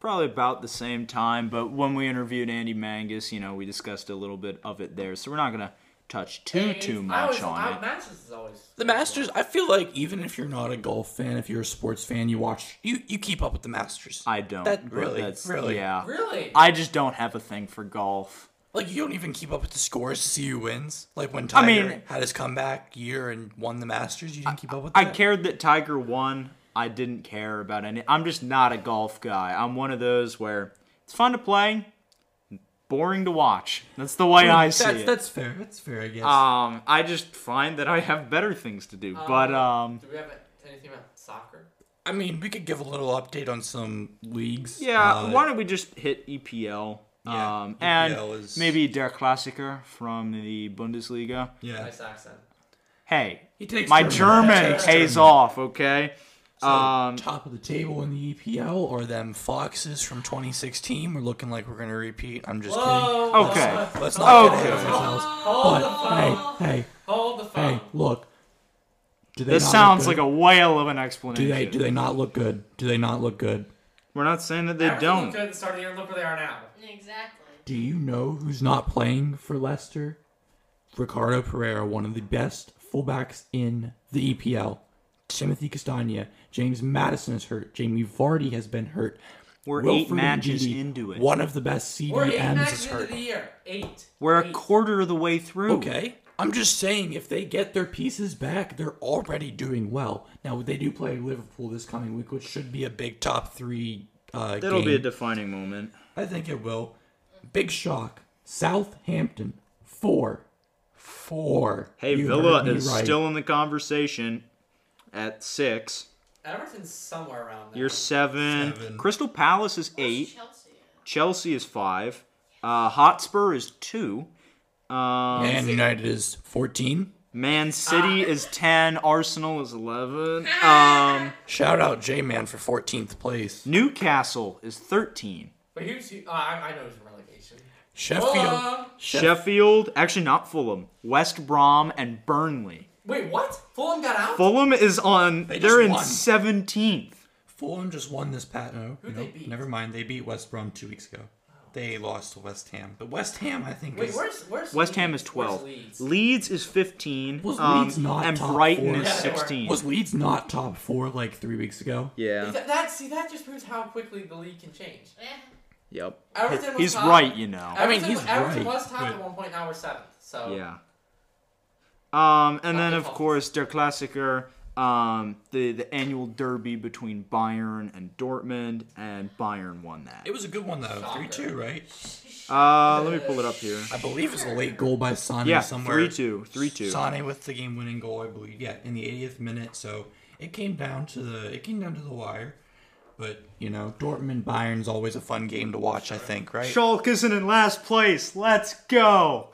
Speaker 1: Probably about the same time, but when we interviewed Andy Mangus, you know, we discussed a little bit of it there. So we're not gonna touch too
Speaker 2: Eighth.
Speaker 1: too
Speaker 2: I
Speaker 1: much
Speaker 2: always,
Speaker 1: on
Speaker 2: I,
Speaker 1: it.
Speaker 2: Masters is always
Speaker 3: The Masters, I feel like even if you're not a golf fan, if you're a sports fan, you watch you you keep up with the Masters.
Speaker 1: I don't.
Speaker 3: That
Speaker 1: but
Speaker 3: really,
Speaker 1: that's,
Speaker 3: really.
Speaker 1: Yeah.
Speaker 2: Really?
Speaker 1: I just don't have a thing for golf.
Speaker 3: Like you don't even keep up with the scores to see who wins. Like when
Speaker 1: I
Speaker 3: Tiger
Speaker 1: mean-
Speaker 3: had his comeback year and won the Masters, you didn't keep up with.
Speaker 1: I
Speaker 3: that?
Speaker 1: cared that Tiger won. I didn't care about any. I'm just not a golf guy. I'm one of those where it's fun to play, boring to watch. That's the way I
Speaker 3: that's,
Speaker 1: see it.
Speaker 3: That's fair. That's fair. I guess.
Speaker 1: um, I just find that I have better things to do. but um,
Speaker 2: do we have anything about soccer?
Speaker 3: I mean, we could give a little update on some leagues.
Speaker 1: yeah,
Speaker 3: Uh,
Speaker 1: why don't we just hit EPL?
Speaker 3: Yeah,
Speaker 1: um,
Speaker 3: EPL
Speaker 1: and
Speaker 3: is-
Speaker 1: maybe Der Klassiker from the Bundesliga.
Speaker 3: yeah.
Speaker 2: Nice accent.
Speaker 1: Hey,
Speaker 3: He takes
Speaker 1: my
Speaker 3: German.
Speaker 1: German
Speaker 3: Takes
Speaker 1: pays
Speaker 3: German.
Speaker 1: off, okay?
Speaker 3: So,
Speaker 1: um,
Speaker 3: top of the table in the E EPL or them Foxes from 2016. We're looking like we're gonna repeat. I'm just
Speaker 2: Whoa.
Speaker 1: Okay.
Speaker 3: kidding. Let's not
Speaker 1: Okay.
Speaker 3: get ahead of ourselves.
Speaker 2: Hold the phone.
Speaker 3: But hey, hey,
Speaker 2: Hold the phone.
Speaker 3: hey, look. Do they
Speaker 1: this
Speaker 3: not
Speaker 1: sounds like
Speaker 3: look good?
Speaker 1: a whale of an explanation.
Speaker 3: Do they do they not look good? Do they not look good?
Speaker 1: We're not saying that they
Speaker 2: Everything looked
Speaker 1: don't.
Speaker 2: Good at the start of the year. Look where they are now.
Speaker 4: Exactly.
Speaker 3: Do you know who's not playing for Leicester? Ricardo Pereira, one of the best fullbacks in the EPL. Timothy Castagna, James Madison is hurt. Jamie Vardy has been hurt.
Speaker 1: We're eight
Speaker 3: Wilfried
Speaker 1: matches
Speaker 3: Ndidi,
Speaker 1: into it.
Speaker 3: One of the best
Speaker 2: We're eight
Speaker 3: CDMs is
Speaker 2: matches into
Speaker 3: hurt.
Speaker 2: the E year. Eight.
Speaker 1: We're a
Speaker 2: Eight.
Speaker 1: quarter of the way through.
Speaker 3: Okay. I'm just saying, if they get their pieces back, they're already doing well. Now, they do play Liverpool this coming week, which should be a big top three uh,
Speaker 1: That'll
Speaker 3: game.
Speaker 1: be a defining moment.
Speaker 3: I think it will. Big shock. Southampton four, four.
Speaker 1: Hey,
Speaker 3: You
Speaker 1: Villa
Speaker 3: heard me
Speaker 1: is
Speaker 3: right.
Speaker 1: still in the conversation at six.
Speaker 2: Everton's somewhere around there.
Speaker 1: You're seven.
Speaker 3: Seven.
Speaker 1: Crystal Palace is
Speaker 4: Where's
Speaker 1: eight.
Speaker 4: Chelsea. at?
Speaker 1: Chelsea is five. Uh, Hotspur is two. Um,
Speaker 3: Man United is fourteen.
Speaker 1: Man City
Speaker 3: Uh,
Speaker 1: is ten. Arsenal is eleven. Um,
Speaker 3: Shout out J Man for fourteenth place.
Speaker 1: Newcastle is thirteen.
Speaker 2: But who's who? Oh, I, I know who's in relegation.
Speaker 3: Sheffield.
Speaker 2: Fulham.
Speaker 3: Shef-
Speaker 1: Sheffield, actually not Fulham. West Brom and Burnley.
Speaker 2: Wait, what? Fulham got out.
Speaker 1: Fulham is on.
Speaker 3: They
Speaker 1: They
Speaker 3: just
Speaker 1: are in
Speaker 3: won.
Speaker 1: seventeenth.
Speaker 3: Fulham just won this pat. No,
Speaker 2: Who'd
Speaker 3: no,
Speaker 2: they beat?
Speaker 3: never mind. They beat West Brom two weeks ago. They lost to West Ham, but West Ham I think
Speaker 2: Wait,
Speaker 3: is.
Speaker 2: where's where's
Speaker 1: West Ham is
Speaker 2: Leeds? Where's
Speaker 1: twelve.
Speaker 2: Leeds?
Speaker 1: Leeds? is fifteen.
Speaker 3: Was
Speaker 1: um,
Speaker 3: Leeds not
Speaker 1: and
Speaker 3: top
Speaker 1: Brighton
Speaker 3: four?
Speaker 1: is
Speaker 2: Yeah, they were.
Speaker 1: sixteen.
Speaker 3: was Leeds not top four like three weeks ago?
Speaker 1: yeah.
Speaker 2: That, that see that just proves how quickly the league can change.
Speaker 4: Yeah.
Speaker 1: Yep.
Speaker 2: Everton was
Speaker 1: He's
Speaker 2: top.
Speaker 1: right, you know.
Speaker 2: Everton,
Speaker 3: mean, he's
Speaker 2: Everton
Speaker 3: right,
Speaker 2: was top
Speaker 3: but-
Speaker 2: at one point. Now we're seventh. So
Speaker 1: Yeah. Um, and then
Speaker 2: the
Speaker 1: of
Speaker 2: Colts.
Speaker 1: course Der Klassiker, um, the the annual derby between Bayern and Dortmund, and Bayern won that.
Speaker 3: It was a good one though.
Speaker 2: Shocker.
Speaker 3: Three two, right?
Speaker 1: Uh, let me pull it up here.
Speaker 3: I believe it was a late goal by Sonny
Speaker 1: Yeah,
Speaker 3: somewhere.
Speaker 1: three two, three two.
Speaker 3: Sane with the game-winning goal, I believe. Yeah, in the 80th minute. So it came down to the it came down to the wire. But you know, Dortmund Bayern's always a fun game to watch. I think, right?
Speaker 1: Schalke isn't in last place. Let's go.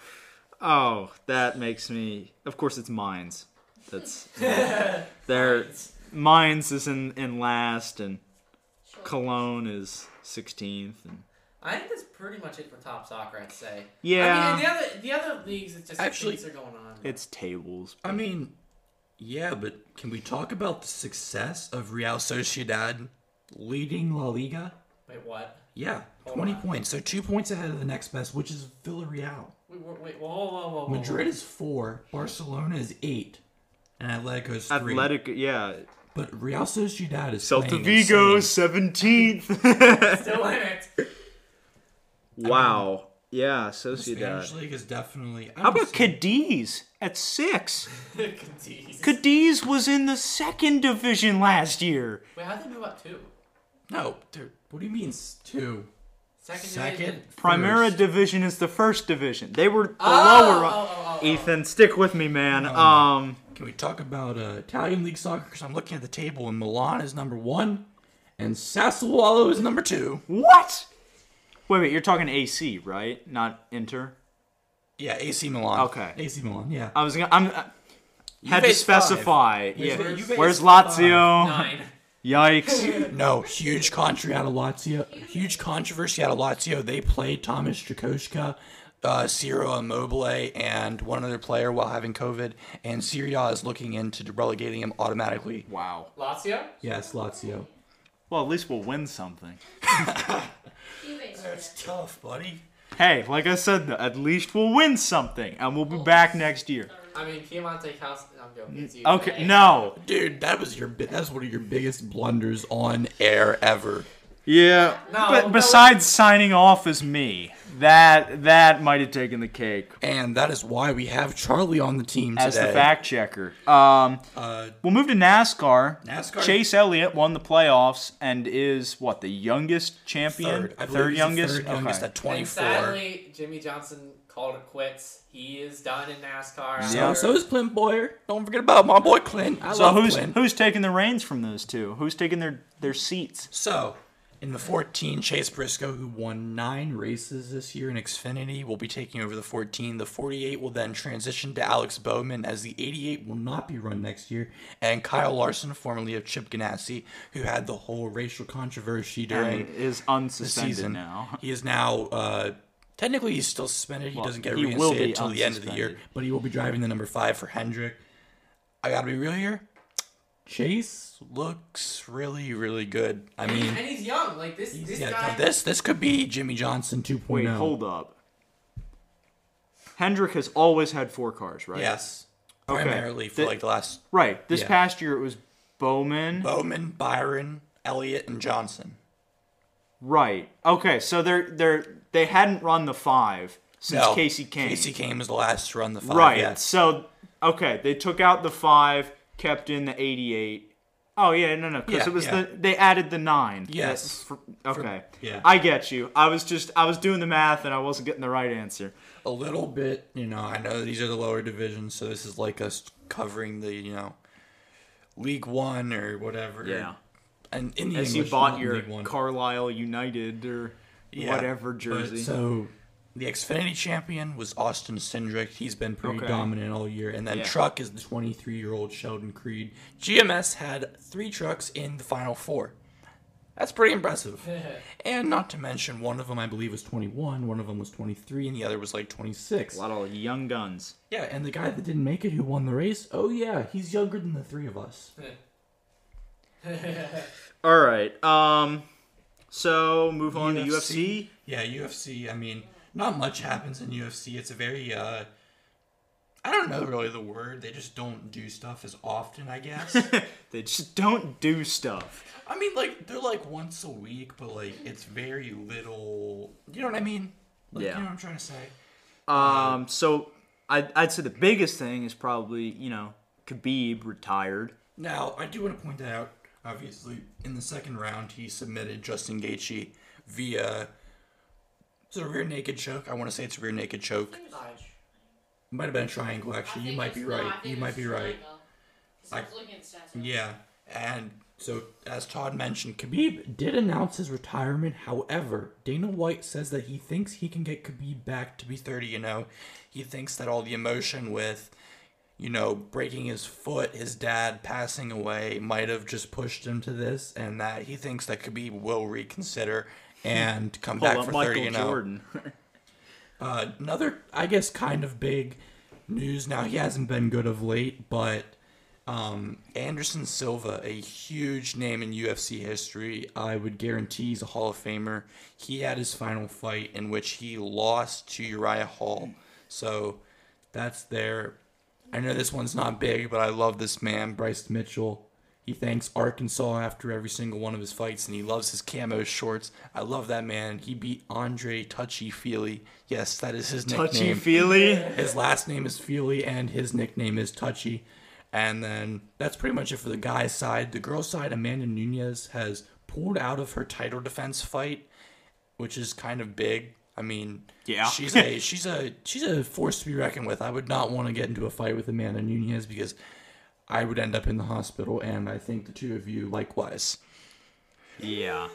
Speaker 1: Oh, that makes me. Of course, it's Mines. That's there. Mines is in in last, and Cologne is 16th. And,
Speaker 2: I think that's pretty much it for top soccer. I'd say. I
Speaker 1: Yeah.
Speaker 2: mean, and the other the other leagues, it's just
Speaker 3: Actually-
Speaker 2: things are going on.
Speaker 1: it's tables.
Speaker 3: I mean, yeah, but can we talk about the success of Real Sociedad leading La Liga?
Speaker 2: Wait, what?
Speaker 3: Yeah,
Speaker 2: Hold
Speaker 3: 20
Speaker 2: on.
Speaker 3: points. So two points ahead of the next best, which is Villarreal.
Speaker 2: Wait, wait, wait whoa, whoa, whoa, whoa, whoa.
Speaker 3: Madrid is four, Barcelona is eight, and Atletico is three.
Speaker 1: Athletic, yeah.
Speaker 3: But Real Sociedad is
Speaker 1: Celta
Speaker 3: playing
Speaker 1: Vigo,
Speaker 3: insane.
Speaker 1: 17th.
Speaker 2: Still in it.
Speaker 1: wow. Yeah,
Speaker 3: The Spanish
Speaker 1: Sociedad.
Speaker 3: league is definitely. I
Speaker 1: How
Speaker 3: would
Speaker 1: about
Speaker 3: say-
Speaker 1: Cadiz at six?
Speaker 2: Jeez.
Speaker 1: Cadiz was in the second division last year.
Speaker 2: Wait, how'd they move up two?
Speaker 3: No, dude. What do you mean s- two?
Speaker 2: Second.
Speaker 3: Second,
Speaker 2: division?
Speaker 1: Primera
Speaker 3: first.
Speaker 1: division is the first division. They were the
Speaker 2: Oh,
Speaker 1: lower.
Speaker 2: oh, oh, oh, oh.
Speaker 1: Ethan, stick with me, man. Um,
Speaker 3: Can we talk about uh, Italian league soccer? Because I'm looking at the table, and Milan is number one, and Sassuolo is number two.
Speaker 1: what? Wait, wait. You're talking AC, right? Not Inter.
Speaker 3: Yeah, AC Milan.
Speaker 1: Okay.
Speaker 3: AC Milan. Yeah.
Speaker 1: I was gonna. I'm. I had to
Speaker 3: Juve's five.
Speaker 1: specify.
Speaker 3: Where's-
Speaker 1: yeah.
Speaker 3: Juve's
Speaker 1: Where's
Speaker 3: five.
Speaker 1: Lazio?
Speaker 2: Nine.
Speaker 1: Yikes.
Speaker 3: No, huge controversy out of Lazio. Huge controversy out of Lazio. They played Thomas Jakoshka, uh, Ciro Immobile, and one other player while having COVID. And Syria is looking into relegating him automatically.
Speaker 1: wow.
Speaker 2: Lazio.
Speaker 3: Yes, Lazio.
Speaker 1: Well, at least we'll win something.
Speaker 4: Cuba's
Speaker 3: tough, buddy.
Speaker 1: hey, like I said, though, at least we'll win something, and we'll be
Speaker 3: Oh.
Speaker 1: back next year.
Speaker 2: I mean, Keontae House. I'm joking. It's you.
Speaker 1: Okay, no.
Speaker 3: Dude, that was your bi- that's one of your biggest blunders on air ever.
Speaker 1: Yeah.
Speaker 2: No, no.
Speaker 1: but besides signing off as me, that that might have taken the cake
Speaker 3: And that is why we have Charlie on the team
Speaker 1: as
Speaker 3: today.
Speaker 1: the fact checker. Um,
Speaker 3: Uh,
Speaker 1: we'll move to NASCAR.
Speaker 3: NASCAR.
Speaker 1: Chase Elliott won the playoffs and is what the youngest champion,
Speaker 3: third, I believe he's the
Speaker 1: youngest.
Speaker 3: third youngest
Speaker 1: Okay.
Speaker 3: at 24.
Speaker 2: And sadly, Jimmy Johnson called it quits. He is done in NASCAR.
Speaker 1: Yeah.
Speaker 3: So is Clint Boyer. Don't forget about my boy Clint. I
Speaker 1: so
Speaker 3: love
Speaker 1: who's
Speaker 3: Clint.
Speaker 1: who's taking the reins from those two? Who's taking their their seats?
Speaker 3: So, in the 14, Chase Briscoe, who won nine races this year in Xfinity, will be taking over the 14. The 48 will then transition to Alex Bowman, as the 88 will not be run next year. And Kyle Larson, formerly of Chip Ganassi, who had the whole racial controversy during
Speaker 1: And is
Speaker 3: the
Speaker 1: unsuspended
Speaker 3: season.
Speaker 1: now.
Speaker 3: He is now. Uh, Technically, he's still suspended. He doesn't get
Speaker 1: he will
Speaker 3: reinstated
Speaker 1: be
Speaker 3: until the end of the year,
Speaker 1: unsuspended.
Speaker 3: but he will be driving the number five for Hendrick. I gotta be real here. Chase looks really, really good. I mean,
Speaker 2: And he's young. Like this. This
Speaker 3: yeah,
Speaker 2: guy.
Speaker 3: now this this could be Jimmy Johnson oh. 2.0.
Speaker 1: Wait, hold up. Hendrick has always had four cars, right?
Speaker 3: Yes,
Speaker 1: Okay.
Speaker 3: primarily for
Speaker 1: Th-
Speaker 3: like the last
Speaker 1: Right. This
Speaker 3: Yeah.
Speaker 1: past year it was Bowman.
Speaker 3: Bowman, Byron, Elliott, and Johnson.
Speaker 1: right. Okay, so they're they're they hadn't run the five since
Speaker 3: No,
Speaker 1: Casey Kane.
Speaker 3: Casey Kane was the last to run the five.
Speaker 1: Right.
Speaker 3: Yes.
Speaker 1: So okay, they took out the five, kept in the eighty-eight. Oh yeah, no, no, because
Speaker 3: Yeah,
Speaker 1: it was
Speaker 3: yeah.
Speaker 1: the they added the nine. That-
Speaker 3: Yes.
Speaker 1: for- okay.
Speaker 3: yeah.
Speaker 1: I get you. I was just I was doing the math and I wasn't getting the right answer.
Speaker 3: A little bit, you know. I know these are the lower divisions, so this is like us covering the you know, League One or whatever.
Speaker 1: Yeah.
Speaker 3: And in the
Speaker 1: As you
Speaker 3: English,
Speaker 1: bought
Speaker 3: not
Speaker 1: your
Speaker 3: League One.
Speaker 1: Carlisle United or
Speaker 3: Yeah,
Speaker 1: whatever
Speaker 3: but
Speaker 1: jersey.
Speaker 3: so the Xfinity champion was Austin Cindric. He's been pretty
Speaker 1: Okay.
Speaker 3: dominant all year. And then
Speaker 1: Yeah.
Speaker 3: truck is the 23 year old Sheldon Creed. GMS had three trucks in the final four. That's pretty impressive. and not to mention, one of them I believe was 21, one of them was 23, and the other was like 26.
Speaker 1: a lot of young guns.
Speaker 3: Yeah, and the guy that didn't make it who won the race, oh yeah, he's younger than the three of us.
Speaker 1: All right. Um. So move on to UFC.
Speaker 3: Yeah, UFC. I mean, not much happens in UFC. It's a very uh I don't know really the word. They just don't do stuff as often, I guess.
Speaker 1: They just don't do stuff.
Speaker 3: I mean, like they're like once a week, but like it's very little. You know what I mean? Like,
Speaker 1: Yeah.
Speaker 3: You know what I'm trying to say?
Speaker 1: Um. So I I'd say the biggest thing is probably you know Khabib retired.
Speaker 3: Now, I do want to point that out. Obviously, in the second round, he submitted Justin Gaethje via. Is it a rear naked choke? I want to say it's a rear naked choke. Might have been a triangle,
Speaker 4: I
Speaker 3: actually. You
Speaker 4: think
Speaker 3: might be
Speaker 4: it's- no, I
Speaker 3: right.
Speaker 4: think
Speaker 3: You
Speaker 4: it's
Speaker 3: might be right.
Speaker 4: triangle. 'Cause
Speaker 3: I-
Speaker 4: I was looking at stats.
Speaker 3: Yeah, and so as Todd mentioned, Khabib did announce his retirement. However, Dana White says that he thinks he can get Khabib back to be 30. You know, he thinks that all the emotion with, you know, breaking his foot, his dad passing away, might have just pushed him to this, and that he thinks that Khabib will reconsider and come
Speaker 1: Hold
Speaker 3: back
Speaker 1: up,
Speaker 3: for 30.
Speaker 1: Michael
Speaker 3: You know,
Speaker 1: Jordan.
Speaker 3: uh, another, I guess, kind of big news. Now he hasn't been good of late, but um, Anderson Silva, a huge name in UFC history, I would guarantee he's a Hall of Famer. He had his final fight in which he lost to Uriah Hall, so that's there. I know this one's not big, but I love this man, Bryce Mitchell. He thanks Arkansas after every single one of his fights, and he loves his camo shorts. I love that man. He beat Andre Touchy Feely. Yes, that is his nickname.
Speaker 1: Touchy feely.
Speaker 3: His last name is Feely, and his nickname is Touchy. And then that's pretty much it for the guy's side. The girl's side, Amanda Nunez, has pulled out of her title defense fight, which is kind of big. I mean,
Speaker 1: Yeah.
Speaker 3: she's a she's a she's a force to be reckoned with. I would not want to get into a fight with Amanda Nunez because I would end up in the hospital, and I think the two of you likewise.
Speaker 1: Yeah.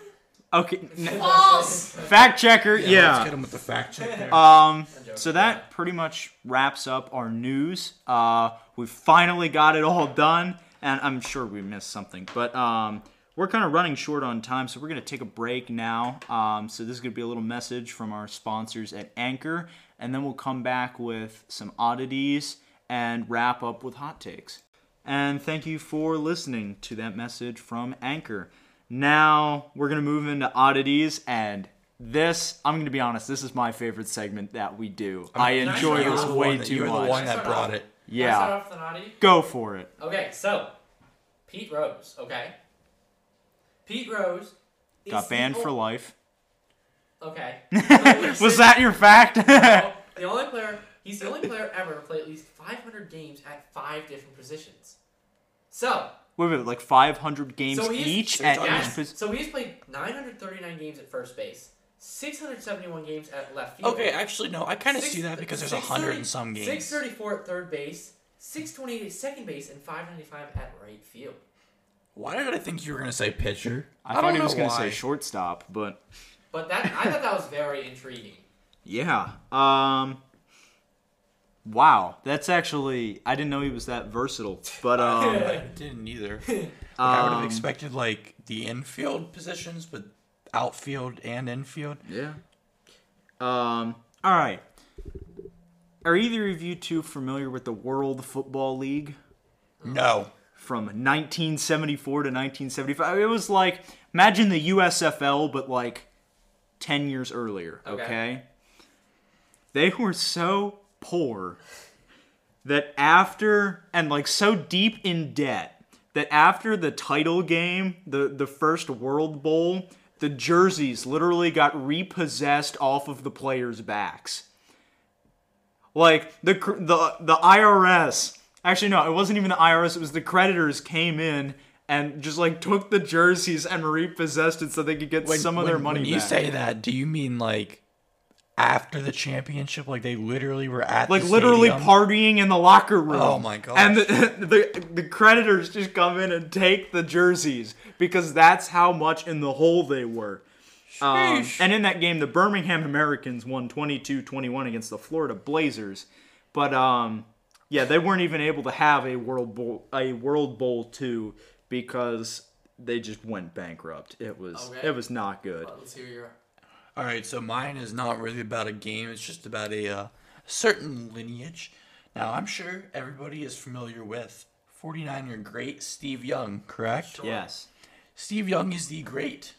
Speaker 1: Okay. n-
Speaker 4: False.
Speaker 1: fact checker.
Speaker 3: let's
Speaker 1: Yeah.
Speaker 3: get him with the fact check there.
Speaker 1: Um.
Speaker 2: I'm joking.
Speaker 1: So that pretty much wraps up our news. Uh, we finally got it all done, and I'm sure we missed something, but um, we're kind of running short on time, so we're gonna take a break now. Um, so this is gonna be a little message from our sponsors at Anchor, and then we'll come back with some oddities and wrap up with hot takes. And thank you for listening to that message from Anchor. Now we're gonna move into oddities and This, I'm going to be honest, this is my favorite segment that we do. I,
Speaker 3: mean,
Speaker 1: enjoy
Speaker 3: you're
Speaker 1: this
Speaker 3: the
Speaker 1: way
Speaker 3: one that-
Speaker 1: too
Speaker 3: You're
Speaker 1: much.
Speaker 3: the one that brought it.
Speaker 2: Can I
Speaker 1: Yeah.
Speaker 2: start off with the naughty?
Speaker 1: Go for it.
Speaker 2: Okay, so Pete Rose, okay. Pete Rose is Oh,
Speaker 1: Got banned
Speaker 2: the
Speaker 1: for
Speaker 2: o-
Speaker 1: life.
Speaker 2: Okay.
Speaker 1: Was that your fact?
Speaker 2: No, the only player? He's the only player ever to play at least 500 games at five different positions. So
Speaker 1: Wait a minute, like 500 games
Speaker 2: So he's-
Speaker 1: each
Speaker 3: so
Speaker 1: at
Speaker 3: Johnny-
Speaker 1: each
Speaker 2: yes.
Speaker 1: position.
Speaker 2: So he's played 939 games at first base, 671 games at left field.
Speaker 3: Okay, actually, no, I kind of
Speaker 2: Six-
Speaker 3: see that because there's a
Speaker 2: 630
Speaker 3: hundred and some games.
Speaker 2: 634 at third base, 628 at second base, and 595 at right field.
Speaker 3: Why did I think you were gonna say pitcher?
Speaker 1: I, thought
Speaker 3: don't
Speaker 1: he was
Speaker 3: know
Speaker 1: going to
Speaker 3: why.
Speaker 1: say shortstop, but
Speaker 2: But that I thought that was very intriguing.
Speaker 1: yeah. Um Wow, that's actually I didn't know he was that versatile. But um
Speaker 3: I didn't either. Like, I would have
Speaker 1: Um,
Speaker 3: expected like the infield positions, but outfield and infield.
Speaker 1: Yeah. Um. All right. Are either of you two familiar with the World Football League
Speaker 3: No,
Speaker 1: from 1974 to 1975? It was like imagine the USFL, but like ten years earlier.
Speaker 2: Okay.
Speaker 1: Okay. They were so poor that after and like so deep in debt that after the title game, the the first World Bowl, the jerseys literally got repossessed off of the players' backs. Like the cr- the the IRS. Actually, no, it wasn't even the IRS. It was the creditors came in and just like took the jerseys and repossessed it so they could get some of their money
Speaker 3: When you
Speaker 1: back.
Speaker 3: say that, do you mean like after the championship? Like they literally were at
Speaker 1: like
Speaker 3: the
Speaker 1: literally
Speaker 3: stadium?
Speaker 1: partying in the locker room.
Speaker 3: Oh my gosh.
Speaker 1: And the, the the creditors just come in and take the jerseys because that's how much in the hole they were. Um,
Speaker 3: Sheesh.
Speaker 1: and in that game, the Birmingham Americans won 22-21 against the Florida Blazers, but um, yeah, they weren't even able to have a World Bowl a World Bowl two because they just went bankrupt. It was
Speaker 2: Okay.
Speaker 1: it was not good.
Speaker 2: But let's hear your.
Speaker 3: All right, so mine is not really about a game. It's just about a uh, certain lineage. Now, I'm sure everybody is familiar with 49er great Steve Young, correct?
Speaker 1: Yes.
Speaker 3: Steve Young is the great,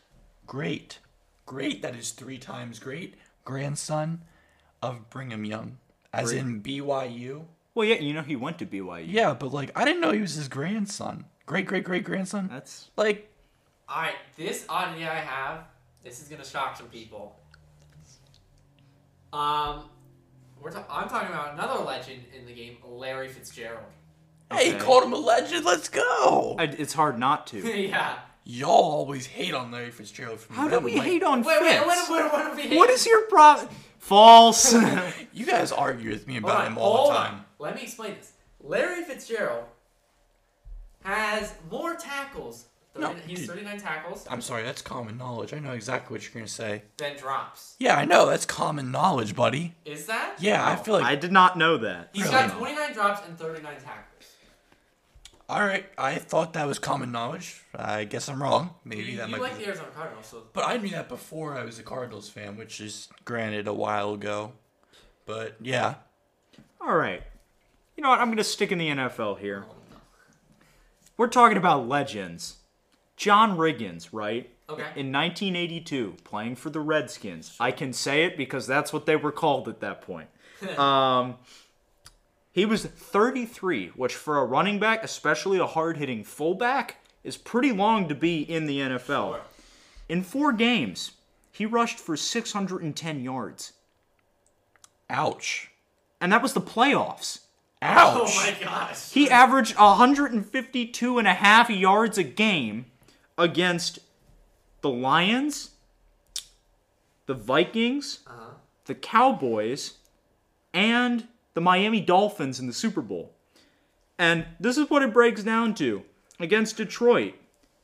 Speaker 3: great, great, that is three times great, grandson of Brigham Young, as in BYU.
Speaker 1: Well, yeah, you know he went to BYU.
Speaker 3: Yeah, but like, I didn't know he was his grandson. Great, great, great grandson.
Speaker 1: That's
Speaker 3: Like,
Speaker 2: All right, this oddity I have. This is gonna shock some people. Um, we're ta- I'm talking about another legend in the game, Larry Fitzgerald.
Speaker 3: hey,
Speaker 1: Okay.
Speaker 3: called him a legend. Let's go.
Speaker 1: I, it's hard not to.
Speaker 2: yeah.
Speaker 3: Y'all always hate on Larry Fitzgerald. From
Speaker 1: How do
Speaker 3: them,
Speaker 1: we
Speaker 3: like,
Speaker 1: hate on
Speaker 2: Wait, wait,
Speaker 1: Fitz?
Speaker 2: wait, wait, wait, wait,
Speaker 1: what is your problem? False.
Speaker 3: You guys argue with me
Speaker 2: Hold
Speaker 3: about
Speaker 2: on,
Speaker 3: him all
Speaker 2: hold
Speaker 3: the
Speaker 2: on.
Speaker 3: time.
Speaker 2: Let me explain this. Larry Fitzgerald has more tackles. 30,
Speaker 3: No,
Speaker 2: he's
Speaker 3: dude.
Speaker 2: 39 tackles
Speaker 3: I'm sorry, that's common knowledge. I know exactly what you're gonna say.
Speaker 2: than drops.
Speaker 3: Yeah, I know that's common knowledge, buddy.
Speaker 2: Is that?
Speaker 3: Yeah, I
Speaker 2: No.
Speaker 3: feel like
Speaker 1: I did not know that.
Speaker 2: He's
Speaker 3: Really?
Speaker 2: got 29 drops and 39 tackles.
Speaker 3: all right. I thought that was common knowledge. I guess I'm wrong. Maybe
Speaker 2: you
Speaker 3: that
Speaker 2: you
Speaker 3: might
Speaker 2: like
Speaker 3: be.
Speaker 2: the Arizona Cardinals, so
Speaker 3: But I knew that before I was a Cardinals fan, which is granted a while ago. But yeah,
Speaker 1: All right. You know what? I'm going to stick in the NFL here. We're talking about legends. John Riggins, right?
Speaker 2: Okay.
Speaker 1: In 1982, playing for the Redskins. I can say it because that's what they were called at that point. um, he was 33, which for a running back, especially a hard hitting fullback, is pretty long to be in the NFL.
Speaker 2: Sure.
Speaker 1: In four games, he rushed for 610 yards.
Speaker 3: ouch,
Speaker 1: And that was the playoffs.
Speaker 2: Oh
Speaker 3: ouch.
Speaker 2: my gosh.
Speaker 1: He averaged 152 and a half yards a game against the Lions, the Vikings, the Cowboys, and the Miami Dolphins in the Super Bowl. And this is what it breaks down to. Against Detroit,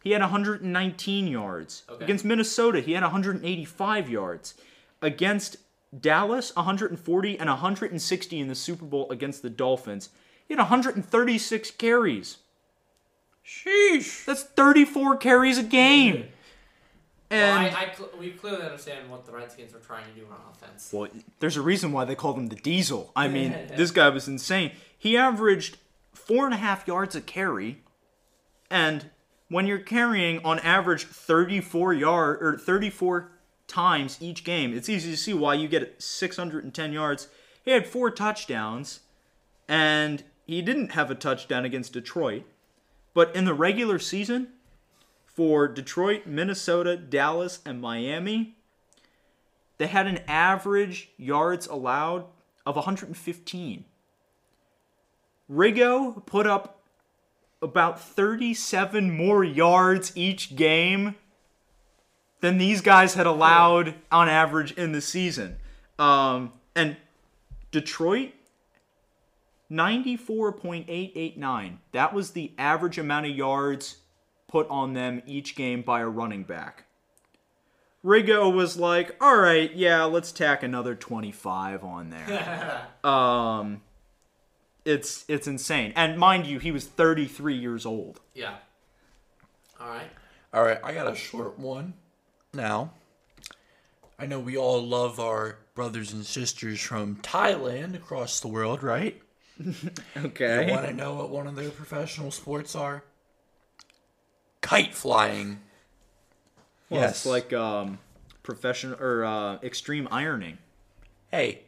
Speaker 1: he had 119 yards.
Speaker 2: Okay.
Speaker 1: Against Minnesota, he had 185 yards. Against Dallas, 140 and 160 in the Super Bowl against the Dolphins. He had 136 carries.
Speaker 3: Sheesh.
Speaker 1: That's 34 carries a game.
Speaker 2: Well,
Speaker 1: And
Speaker 2: I, I cl- we clearly understand what the Redskins were trying to do on offense.
Speaker 1: Well, there's a reason why they called him the Diesel. I mean, this guy was insane. He averaged four and a half yards a carry, and when you're carrying on average 34 yard or 34 times each game. It's easy to see why you get 610 yards. He had four touchdowns, and he didn't have a touchdown against Detroit. But in the regular season, for Detroit, Minnesota, Dallas, and Miami, they had an average yards allowed of 115. Rigo put up about 37 more yards each game than these guys had allowed on average in the season. Um, and Detroit, 94.889. That was the average amount of yards put on them each game by a running back. Rigo was like, all right, yeah, let's tack another 25 on there. um, it's it's insane. And mind you, he was 33 years old.
Speaker 2: Yeah. All right.
Speaker 3: All right, I got a short one now. I know we all love our brothers and sisters from Thailand across the world, right?
Speaker 1: Okay.
Speaker 3: Want to know what one of their professional sports are? Kite flying.
Speaker 1: Well, It's like um, professional or uh, extreme ironing.
Speaker 3: hey,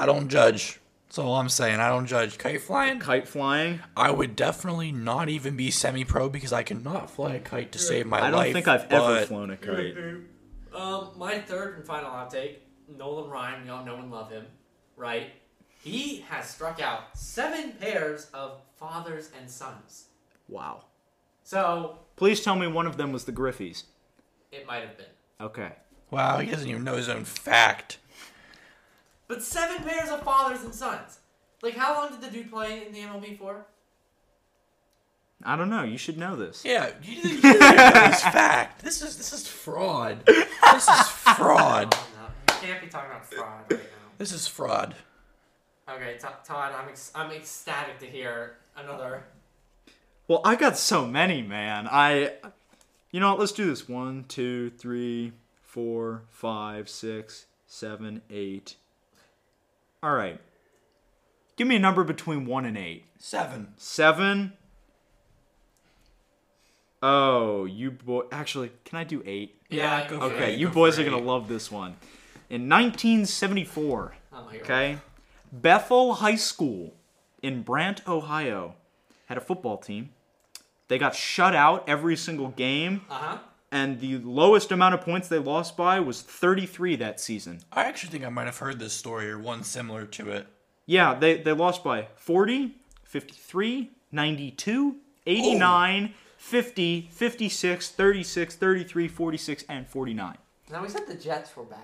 Speaker 3: I don't judge. That's all I'm saying. I don't judge kite flying.
Speaker 1: Kite flying.
Speaker 3: I would definitely not even be semi-pro because I cannot fly a kite to save my life.
Speaker 1: I don't think I've ever
Speaker 3: but-
Speaker 1: flown a kite.
Speaker 2: Um, my third and final outtake, Nolan Ryan, we all know and love him, right? He has struck out seven pairs of fathers and sons.
Speaker 1: Wow.
Speaker 2: So
Speaker 1: Please tell me one of them was the Griffies.
Speaker 2: it might have been.
Speaker 1: Okay.
Speaker 3: Wow, he doesn't even know his own fact.
Speaker 2: But seven pairs of fathers and sons. Like how long did the dude play in the MLB for?
Speaker 1: I don't know. You should know this.
Speaker 3: Yeah, you you don't even know his fact. This is this is fraud. This is fraud.
Speaker 2: Oh, no, you can't be talking about fraud right now.
Speaker 3: This is fraud.
Speaker 2: Okay, T- Todd, I'm ex- I'm ecstatic to hear another.
Speaker 1: Well, I got so many, man. I, you know what? Let's do this. One, two, three, four, five, six, seven, eight. All right. Give me a number between one and eight.
Speaker 3: Seven.
Speaker 1: Seven. Oh, you boy. Actually, can I do eight?
Speaker 2: Yeah,
Speaker 3: go
Speaker 2: okay.
Speaker 3: for
Speaker 1: Okay,
Speaker 3: it.
Speaker 1: you
Speaker 3: go
Speaker 1: boys
Speaker 3: for
Speaker 1: are gonna
Speaker 3: eight.
Speaker 1: love this one. In 1974,
Speaker 2: Oh my God.
Speaker 1: okay, Bethel High School in Brant, Ohio, had a football team. They got shut out every single game,
Speaker 2: Uh huh.
Speaker 1: and the lowest amount of points they lost by was 33 that season.
Speaker 3: I actually think I might have heard this story or one similar to it.
Speaker 1: Yeah, they, they lost by 40, 53, 92, 89, 50, 56, 36, 33, 46, and 49.
Speaker 2: Now we said the Jets were bad.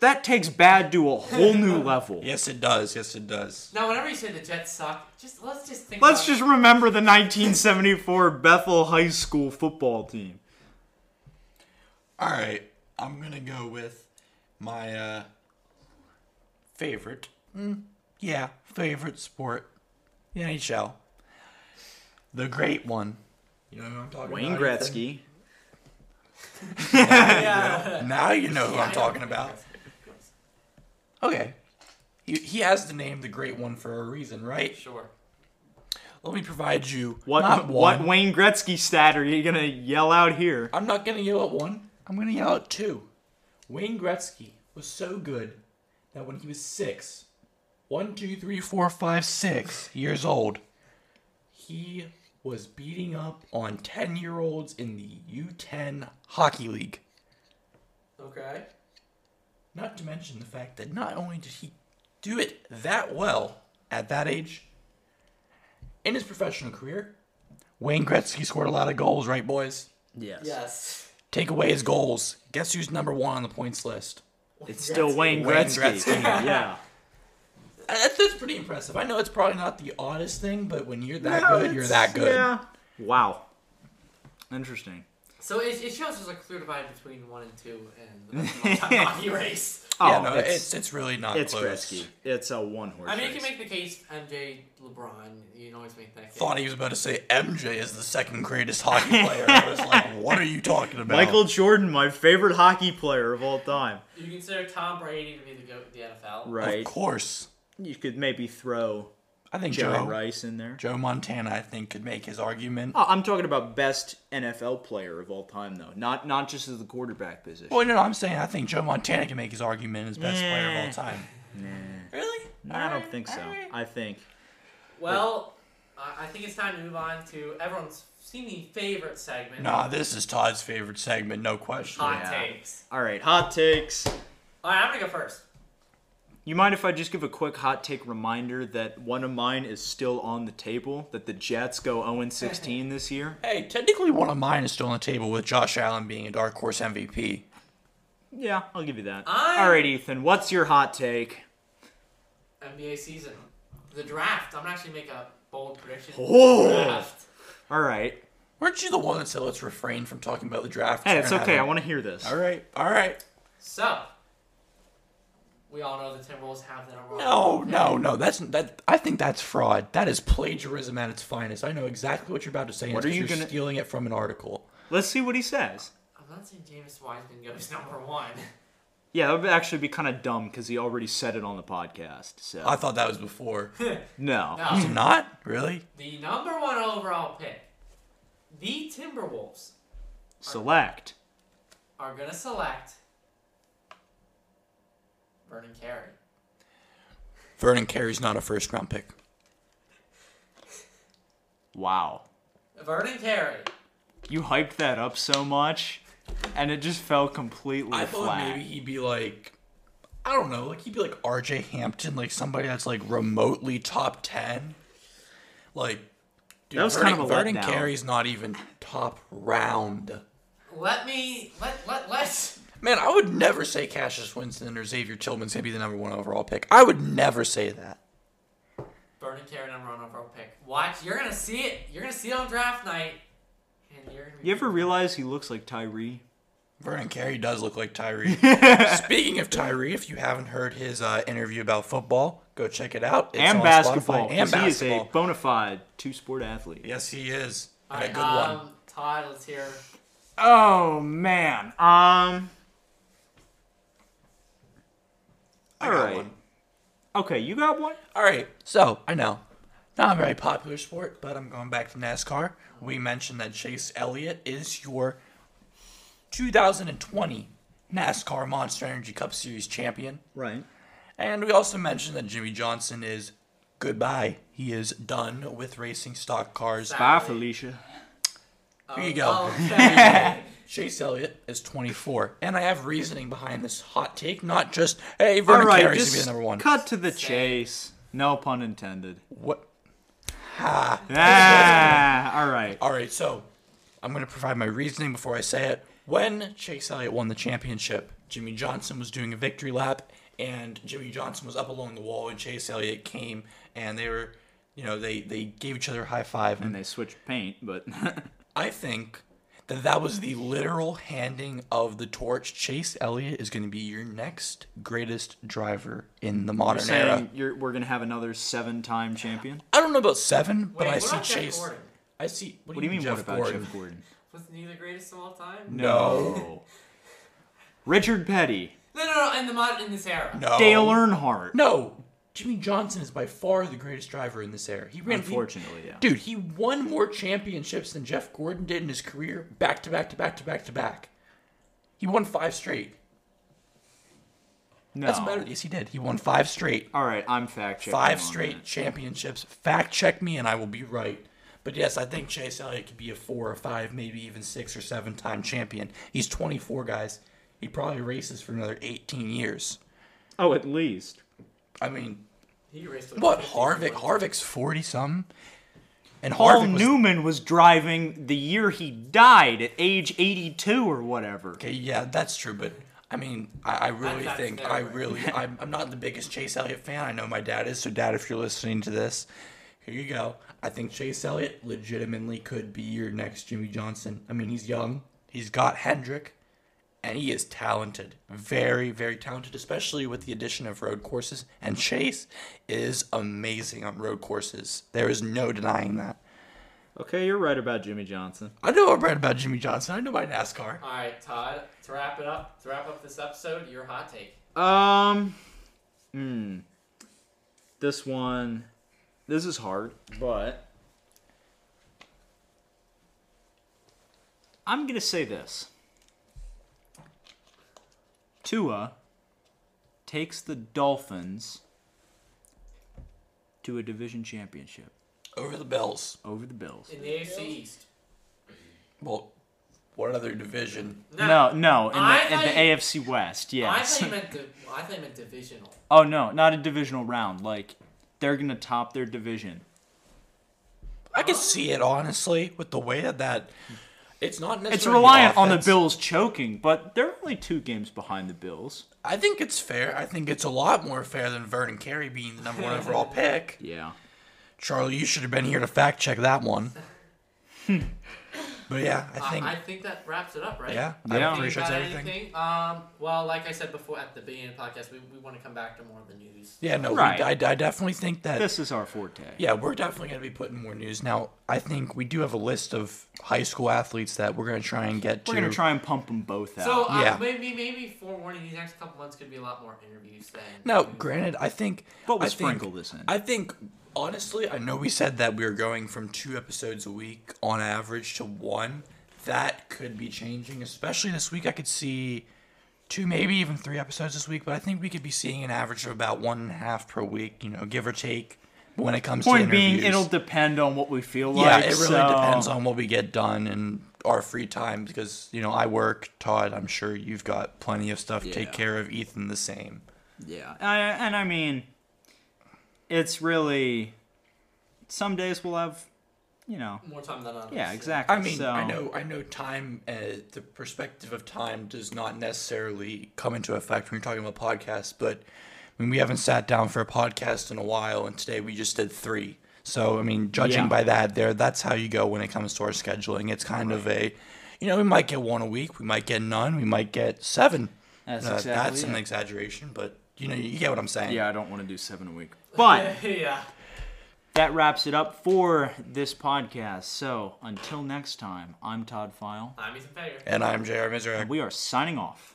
Speaker 1: That takes bad to a whole new level.
Speaker 3: Yes, it does. Yes, it does.
Speaker 2: Now, whenever you say the Jets suck, just let's just think.
Speaker 1: Let's
Speaker 2: about-
Speaker 1: just remember the 1974 Bethel High School football team.
Speaker 3: All right, I'm gonna go with my uh, favorite. Mm, yeah, favorite sport, the NHL. The great one. You know who I'm talking
Speaker 1: Wayne
Speaker 3: about? Ethan?
Speaker 1: Gretzky.
Speaker 2: Yeah.
Speaker 3: Now you know who
Speaker 2: I
Speaker 3: I'm
Speaker 2: know.
Speaker 3: talking about. Okay. He, he has the name the Great One for a reason, right?
Speaker 2: Sure.
Speaker 3: Let me provide you
Speaker 1: What
Speaker 3: not
Speaker 1: what
Speaker 3: one.
Speaker 1: Wayne Gretzky stat are you gonna yell out here?
Speaker 3: I'm not gonna yell at one. I'm gonna yell at two. Wayne Gretzky was so good that when he was six, one, two, three, four, five, six years old, he was beating up on ten-year-olds in the U10 hockey league.
Speaker 2: Okay.
Speaker 3: Not to mention the fact that not only did he do it that well at that age, in his professional career, Wayne Gretzky scored a lot of goals, right, boys?
Speaker 1: Yes.
Speaker 2: Yes.
Speaker 3: Take away his goals. Guess who's number one on the points list?
Speaker 1: It's still
Speaker 2: Gretzky.
Speaker 1: Wayne
Speaker 3: Wayne
Speaker 1: Gretzky.
Speaker 3: Gretzky.
Speaker 1: yeah.
Speaker 3: Uh, That's, that's pretty impressive. I know it's probably not the oddest thing, but when you're that
Speaker 1: No,
Speaker 3: good, you're
Speaker 1: it's-
Speaker 3: that good.
Speaker 1: Yeah. Wow. Interesting.
Speaker 2: So it, it shows there's a clear divide between one and two and the best of all time hockey race.
Speaker 1: Oh,
Speaker 3: yeah, no,
Speaker 1: it's,
Speaker 3: it's, it's really not
Speaker 1: it's
Speaker 3: close.
Speaker 1: Gretzky. It's a one horse.
Speaker 2: I mean, you
Speaker 1: race.
Speaker 2: can make the case MJ, LeBron. You can always make that case.
Speaker 3: Thought he was about to say MJ is the second greatest hockey player. I was like, what are you talking about?
Speaker 1: Michael Jordan, my favorite hockey player of all time.
Speaker 2: You consider Tom Brady to be the goat of the NFL.
Speaker 3: of
Speaker 1: Right.
Speaker 3: course.
Speaker 1: You could maybe throw
Speaker 3: I think
Speaker 1: Jerry
Speaker 3: Joe
Speaker 1: Rice in there.
Speaker 3: Joe Montana, I think, could make his argument.
Speaker 1: Oh, I'm talking about best NFL player of all time, though. Not not just as the quarterback position.
Speaker 3: Well, no, no, I'm saying I think Joe Montana can make his argument as best player of all time. Really?
Speaker 1: I don't think so. I think
Speaker 2: Well, I I think it's time to move on to everyone's seeming favorite segment.
Speaker 3: Nah, this is Todd's favorite segment, no question.
Speaker 2: Hot
Speaker 1: Yeah.
Speaker 2: takes.
Speaker 1: all right. Hot takes.
Speaker 2: All right, I'm gonna go first.
Speaker 1: You mind if I just give a quick hot take reminder that one of mine is still on the table? That the Jets go 0 16 this year.
Speaker 3: Hey, technically one of mine is still on the table with Josh Allen being a dark horse MVP.
Speaker 1: Yeah, I'll give you that.
Speaker 2: I-
Speaker 1: All right, Ethan. What's your hot take?
Speaker 2: NBA season, the draft. I'm gonna actually make a bold prediction.
Speaker 1: Oh.
Speaker 2: Draft.
Speaker 1: All right.
Speaker 3: Weren't you the one that said let's refrain from talking about the draft?
Speaker 1: Hey, it's
Speaker 3: You're
Speaker 1: okay. I
Speaker 3: having-
Speaker 1: want to hear this.
Speaker 3: All right, all right.
Speaker 2: So, we all know the Timberwolves have the number one.
Speaker 3: No, no, no. That's that. I think that's fraud. That is plagiarism at its finest. I know exactly what you're about to say. and
Speaker 1: What
Speaker 3: it's
Speaker 1: are you
Speaker 3: 'cause you're
Speaker 1: gonna-
Speaker 3: stealing it from an article?
Speaker 1: Let's see what he says.
Speaker 2: I'm not saying James Wiseman goes number one.
Speaker 1: Yeah, that would actually be kind of dumb because he already said it on the podcast. So
Speaker 3: I thought that was before.
Speaker 1: no.
Speaker 3: Is
Speaker 2: No,
Speaker 3: it not really?
Speaker 2: the number one overall pick, the Timberwolves
Speaker 1: select.
Speaker 2: are gonna select Vernon Carey.
Speaker 3: Vernon Carey's not a first round pick.
Speaker 1: Wow.
Speaker 2: Vernon Carey.
Speaker 1: You hyped that up so much, and it just fell completely
Speaker 3: I thought
Speaker 1: flat.
Speaker 3: maybe he'd be like, I don't know, like he'd be like R.J. Hampton, like somebody that's like remotely top ten. Like, dude,
Speaker 1: That was
Speaker 3: Vernon,
Speaker 1: kind of a
Speaker 3: Vernon
Speaker 1: letdown.
Speaker 3: Carey's not even top round.
Speaker 2: Let me let let let's
Speaker 3: Man, I would never say Cassius Winston or Xavier Tillman's gonna be the number one overall pick. I would never say that.
Speaker 2: Vernon Carey number one overall pick. Watch, you're gonna see it. You're gonna see it on draft night. And you're gonna be
Speaker 1: You ever realize he looks like Tyree?
Speaker 3: Vernon Carey does look like Tyree. Speaking of Tyree, if you haven't heard his uh, interview about football, go check it out. It's
Speaker 1: and
Speaker 3: on
Speaker 1: basketball.
Speaker 3: Spotify and
Speaker 1: 'cause He is
Speaker 3: basketball.
Speaker 1: a bona fide two sport athlete.
Speaker 3: yes, he is.
Speaker 2: All
Speaker 3: And a
Speaker 2: right,
Speaker 3: good
Speaker 2: um,
Speaker 3: one.
Speaker 2: Todd, let's hear.
Speaker 1: Oh man. Um
Speaker 3: I got
Speaker 1: alright.
Speaker 3: one.
Speaker 1: okay, you got one?
Speaker 3: All right, so I know not a very popular sport, but I'm going back to NASCAR. We mentioned that Chase Elliott is your 2020 NASCAR Monster Energy Cup Series champion,
Speaker 1: Right.
Speaker 3: and we also mentioned that Jimmy Johnson is goodbye. He is done with racing stock cars.
Speaker 1: Bye Felicia.
Speaker 3: Here you go.
Speaker 2: Okay.
Speaker 3: Chase Elliott is 24, and I have reasoning behind this hot take, not just hey Vernon
Speaker 1: Alright, just
Speaker 3: Carey's gonna be the number one.
Speaker 1: cut to the chase. No pun intended.
Speaker 3: What? Ha.
Speaker 1: Ah, all right.
Speaker 3: All right, so I'm going to provide my reasoning before I say it. When Chase Elliott won the championship, Jimmy Johnson was doing a victory lap, and Jimmy Johnson was up along the wall, and Chase Elliott came, and they were, you know, they they gave each other a high five,
Speaker 1: And
Speaker 3: and
Speaker 1: they switched paint, but
Speaker 3: I think that that was the literal handing of the torch. Chase Elliott is going to be your next greatest driver in the modern era.
Speaker 1: saying you're, we're gonna have another seven-time champion.
Speaker 3: I don't know about seven, but
Speaker 2: Wait,
Speaker 3: I
Speaker 2: what
Speaker 3: see
Speaker 2: about Jeff
Speaker 3: Chase.
Speaker 2: Gordon?
Speaker 3: I see. What,
Speaker 1: What do you mean?
Speaker 3: Jeff
Speaker 1: what about
Speaker 3: Gordon?
Speaker 1: Jeff Gordon?
Speaker 2: Wasn't he the greatest of all time?
Speaker 1: No. Richard Petty,
Speaker 2: No, no, no. In the mod, in this era.
Speaker 3: No.
Speaker 1: Dale Earnhardt.
Speaker 3: No, Jimmy Johnson is by far the greatest driver in this era. He ran,
Speaker 1: Unfortunately,
Speaker 3: he-
Speaker 1: yeah.
Speaker 3: dude, he won more championships than Jeff Gordon did in his career, back to back to back to back to back. He won five straight.
Speaker 1: No.
Speaker 3: That's better. Yes, he did. He won five straight,
Speaker 1: All right, I'm fact checking.
Speaker 3: five straight championships. Fact check me, and I will be right. But yes, I think Chase Elliott could be a four or five, maybe even six or seven time champion. He's 24, guys. He probably races for another 18 years.
Speaker 1: Oh, at least.
Speaker 3: I mean,
Speaker 2: He raced. with
Speaker 3: what
Speaker 2: 50
Speaker 3: Harvick?
Speaker 2: people.
Speaker 3: Harvick's 40 something, and
Speaker 1: Paul
Speaker 3: Harvick was
Speaker 1: Newman was driving the year he died at age 82 or whatever.
Speaker 3: Okay, yeah, that's true, but I mean, I, I really
Speaker 2: that's
Speaker 3: think
Speaker 2: fair,
Speaker 3: I
Speaker 2: right?
Speaker 3: really I'm, I'm not the biggest Chase Elliott fan. I know my dad is, so dad, if you're listening to this, here you go. I think Chase Elliott legitimately could be your next Jimmy Johnson. I mean, he's young, he's got Hendrick, and he is talented, very very talented, especially with the addition of road courses. And Chase is amazing on road courses. There is no denying that.
Speaker 1: Okay, you're right about Jimmy Johnson.
Speaker 3: I know I've read about Jimmy Johnson. I know my NASCAR.
Speaker 2: All right, Todd. To wrap it up, to wrap up this episode, your hot take.
Speaker 1: Um, hmm. This one This is hard, but I'm gonna say this. Tua takes the Dolphins to a division championship
Speaker 3: Over the Bills.
Speaker 1: over the Bills.
Speaker 2: in the AFC East.
Speaker 3: Well, what other division?
Speaker 1: No, no, in
Speaker 2: I
Speaker 1: the, in
Speaker 2: thought
Speaker 1: the
Speaker 2: you-
Speaker 1: AFC West,
Speaker 2: I
Speaker 1: yes.
Speaker 2: thought you meant div- I thought you meant divisional.
Speaker 1: Oh no, not a divisional round. Like they're gonna top their division.
Speaker 3: I could see it honestly with the way that that. It's not necessarily.
Speaker 1: It's reliant
Speaker 3: the
Speaker 1: on the
Speaker 3: offense.
Speaker 1: Bills choking, but they're only two games behind the Bills.
Speaker 3: I think it's fair. I think it's a lot more fair than Vernon Carey being the number one overall pick.
Speaker 1: Yeah.
Speaker 3: Charlie, you should have been here to fact check that one. but yeah, I
Speaker 2: I
Speaker 3: think
Speaker 2: I think that wraps it up, right?
Speaker 3: yeah,
Speaker 1: Yeah.
Speaker 3: I'm pretty
Speaker 2: Think
Speaker 3: sure it's
Speaker 2: about
Speaker 3: everything.
Speaker 2: anything? Um, well, like I said before at the beginning of the podcast, we, we want to come back to more of the news.
Speaker 3: Yeah, no,
Speaker 1: Right.
Speaker 3: we, I, I definitely think that.
Speaker 1: This is our forte.
Speaker 3: yeah, we're definitely going to be putting more news. Now, I think we do have a list of high school athletes that we're going to try and get
Speaker 1: We're
Speaker 3: to.
Speaker 1: gonna try and pump them both out.
Speaker 2: So uh,
Speaker 3: Yeah.
Speaker 2: maybe maybe forewarning these next couple months could be a lot more interviews than
Speaker 3: No, granted, I think.
Speaker 1: But we'll
Speaker 3: I think-
Speaker 1: sprinkle this in.
Speaker 3: I think, honestly, I know we said that we were going from two episodes a week on average to one. That could be changing, especially this week. I could see two, maybe even three episodes this week, but I think we could be seeing an average of about one and a half per week, you know, give or take. When it comes
Speaker 1: Point
Speaker 3: to
Speaker 1: being,
Speaker 3: interviews.
Speaker 1: it'll depend on what we feel
Speaker 3: Yeah,
Speaker 1: like.
Speaker 3: it really
Speaker 1: so-
Speaker 3: depends on what we get done and our free time because you know I work. Todd, I'm sure you've got plenty of stuff to
Speaker 1: Yeah.
Speaker 3: take care of. Ethan, the same.
Speaker 1: Yeah, I, and I mean, it's really. Some days we'll have, you know.
Speaker 2: more time than others.
Speaker 1: Yeah,
Speaker 2: so-
Speaker 1: exactly.
Speaker 3: I mean,
Speaker 1: so,
Speaker 3: I know, I know. Time, uh, the perspective of time does not necessarily come into effect when you're talking about podcasts, but I mean, we haven't sat down for a podcast in a while, and today we just did three. So I mean, judging
Speaker 1: Yeah.
Speaker 3: by that, there, that's how you go when it comes to our scheduling. It's kind of a, you know, we might get one a week, we might get none, we might get seven.
Speaker 1: That's
Speaker 3: Uh,
Speaker 1: exactly
Speaker 3: that's
Speaker 1: it.
Speaker 3: an exaggeration, but you know, you get what I'm saying.
Speaker 1: Yeah, I don't want to do seven a week. But
Speaker 2: yeah.
Speaker 1: that wraps it up for this podcast. So until next time, I'm Todd File,
Speaker 2: I'm Ethan Fager.
Speaker 3: And I'm Jr. Mizrak.
Speaker 1: and we are signing off.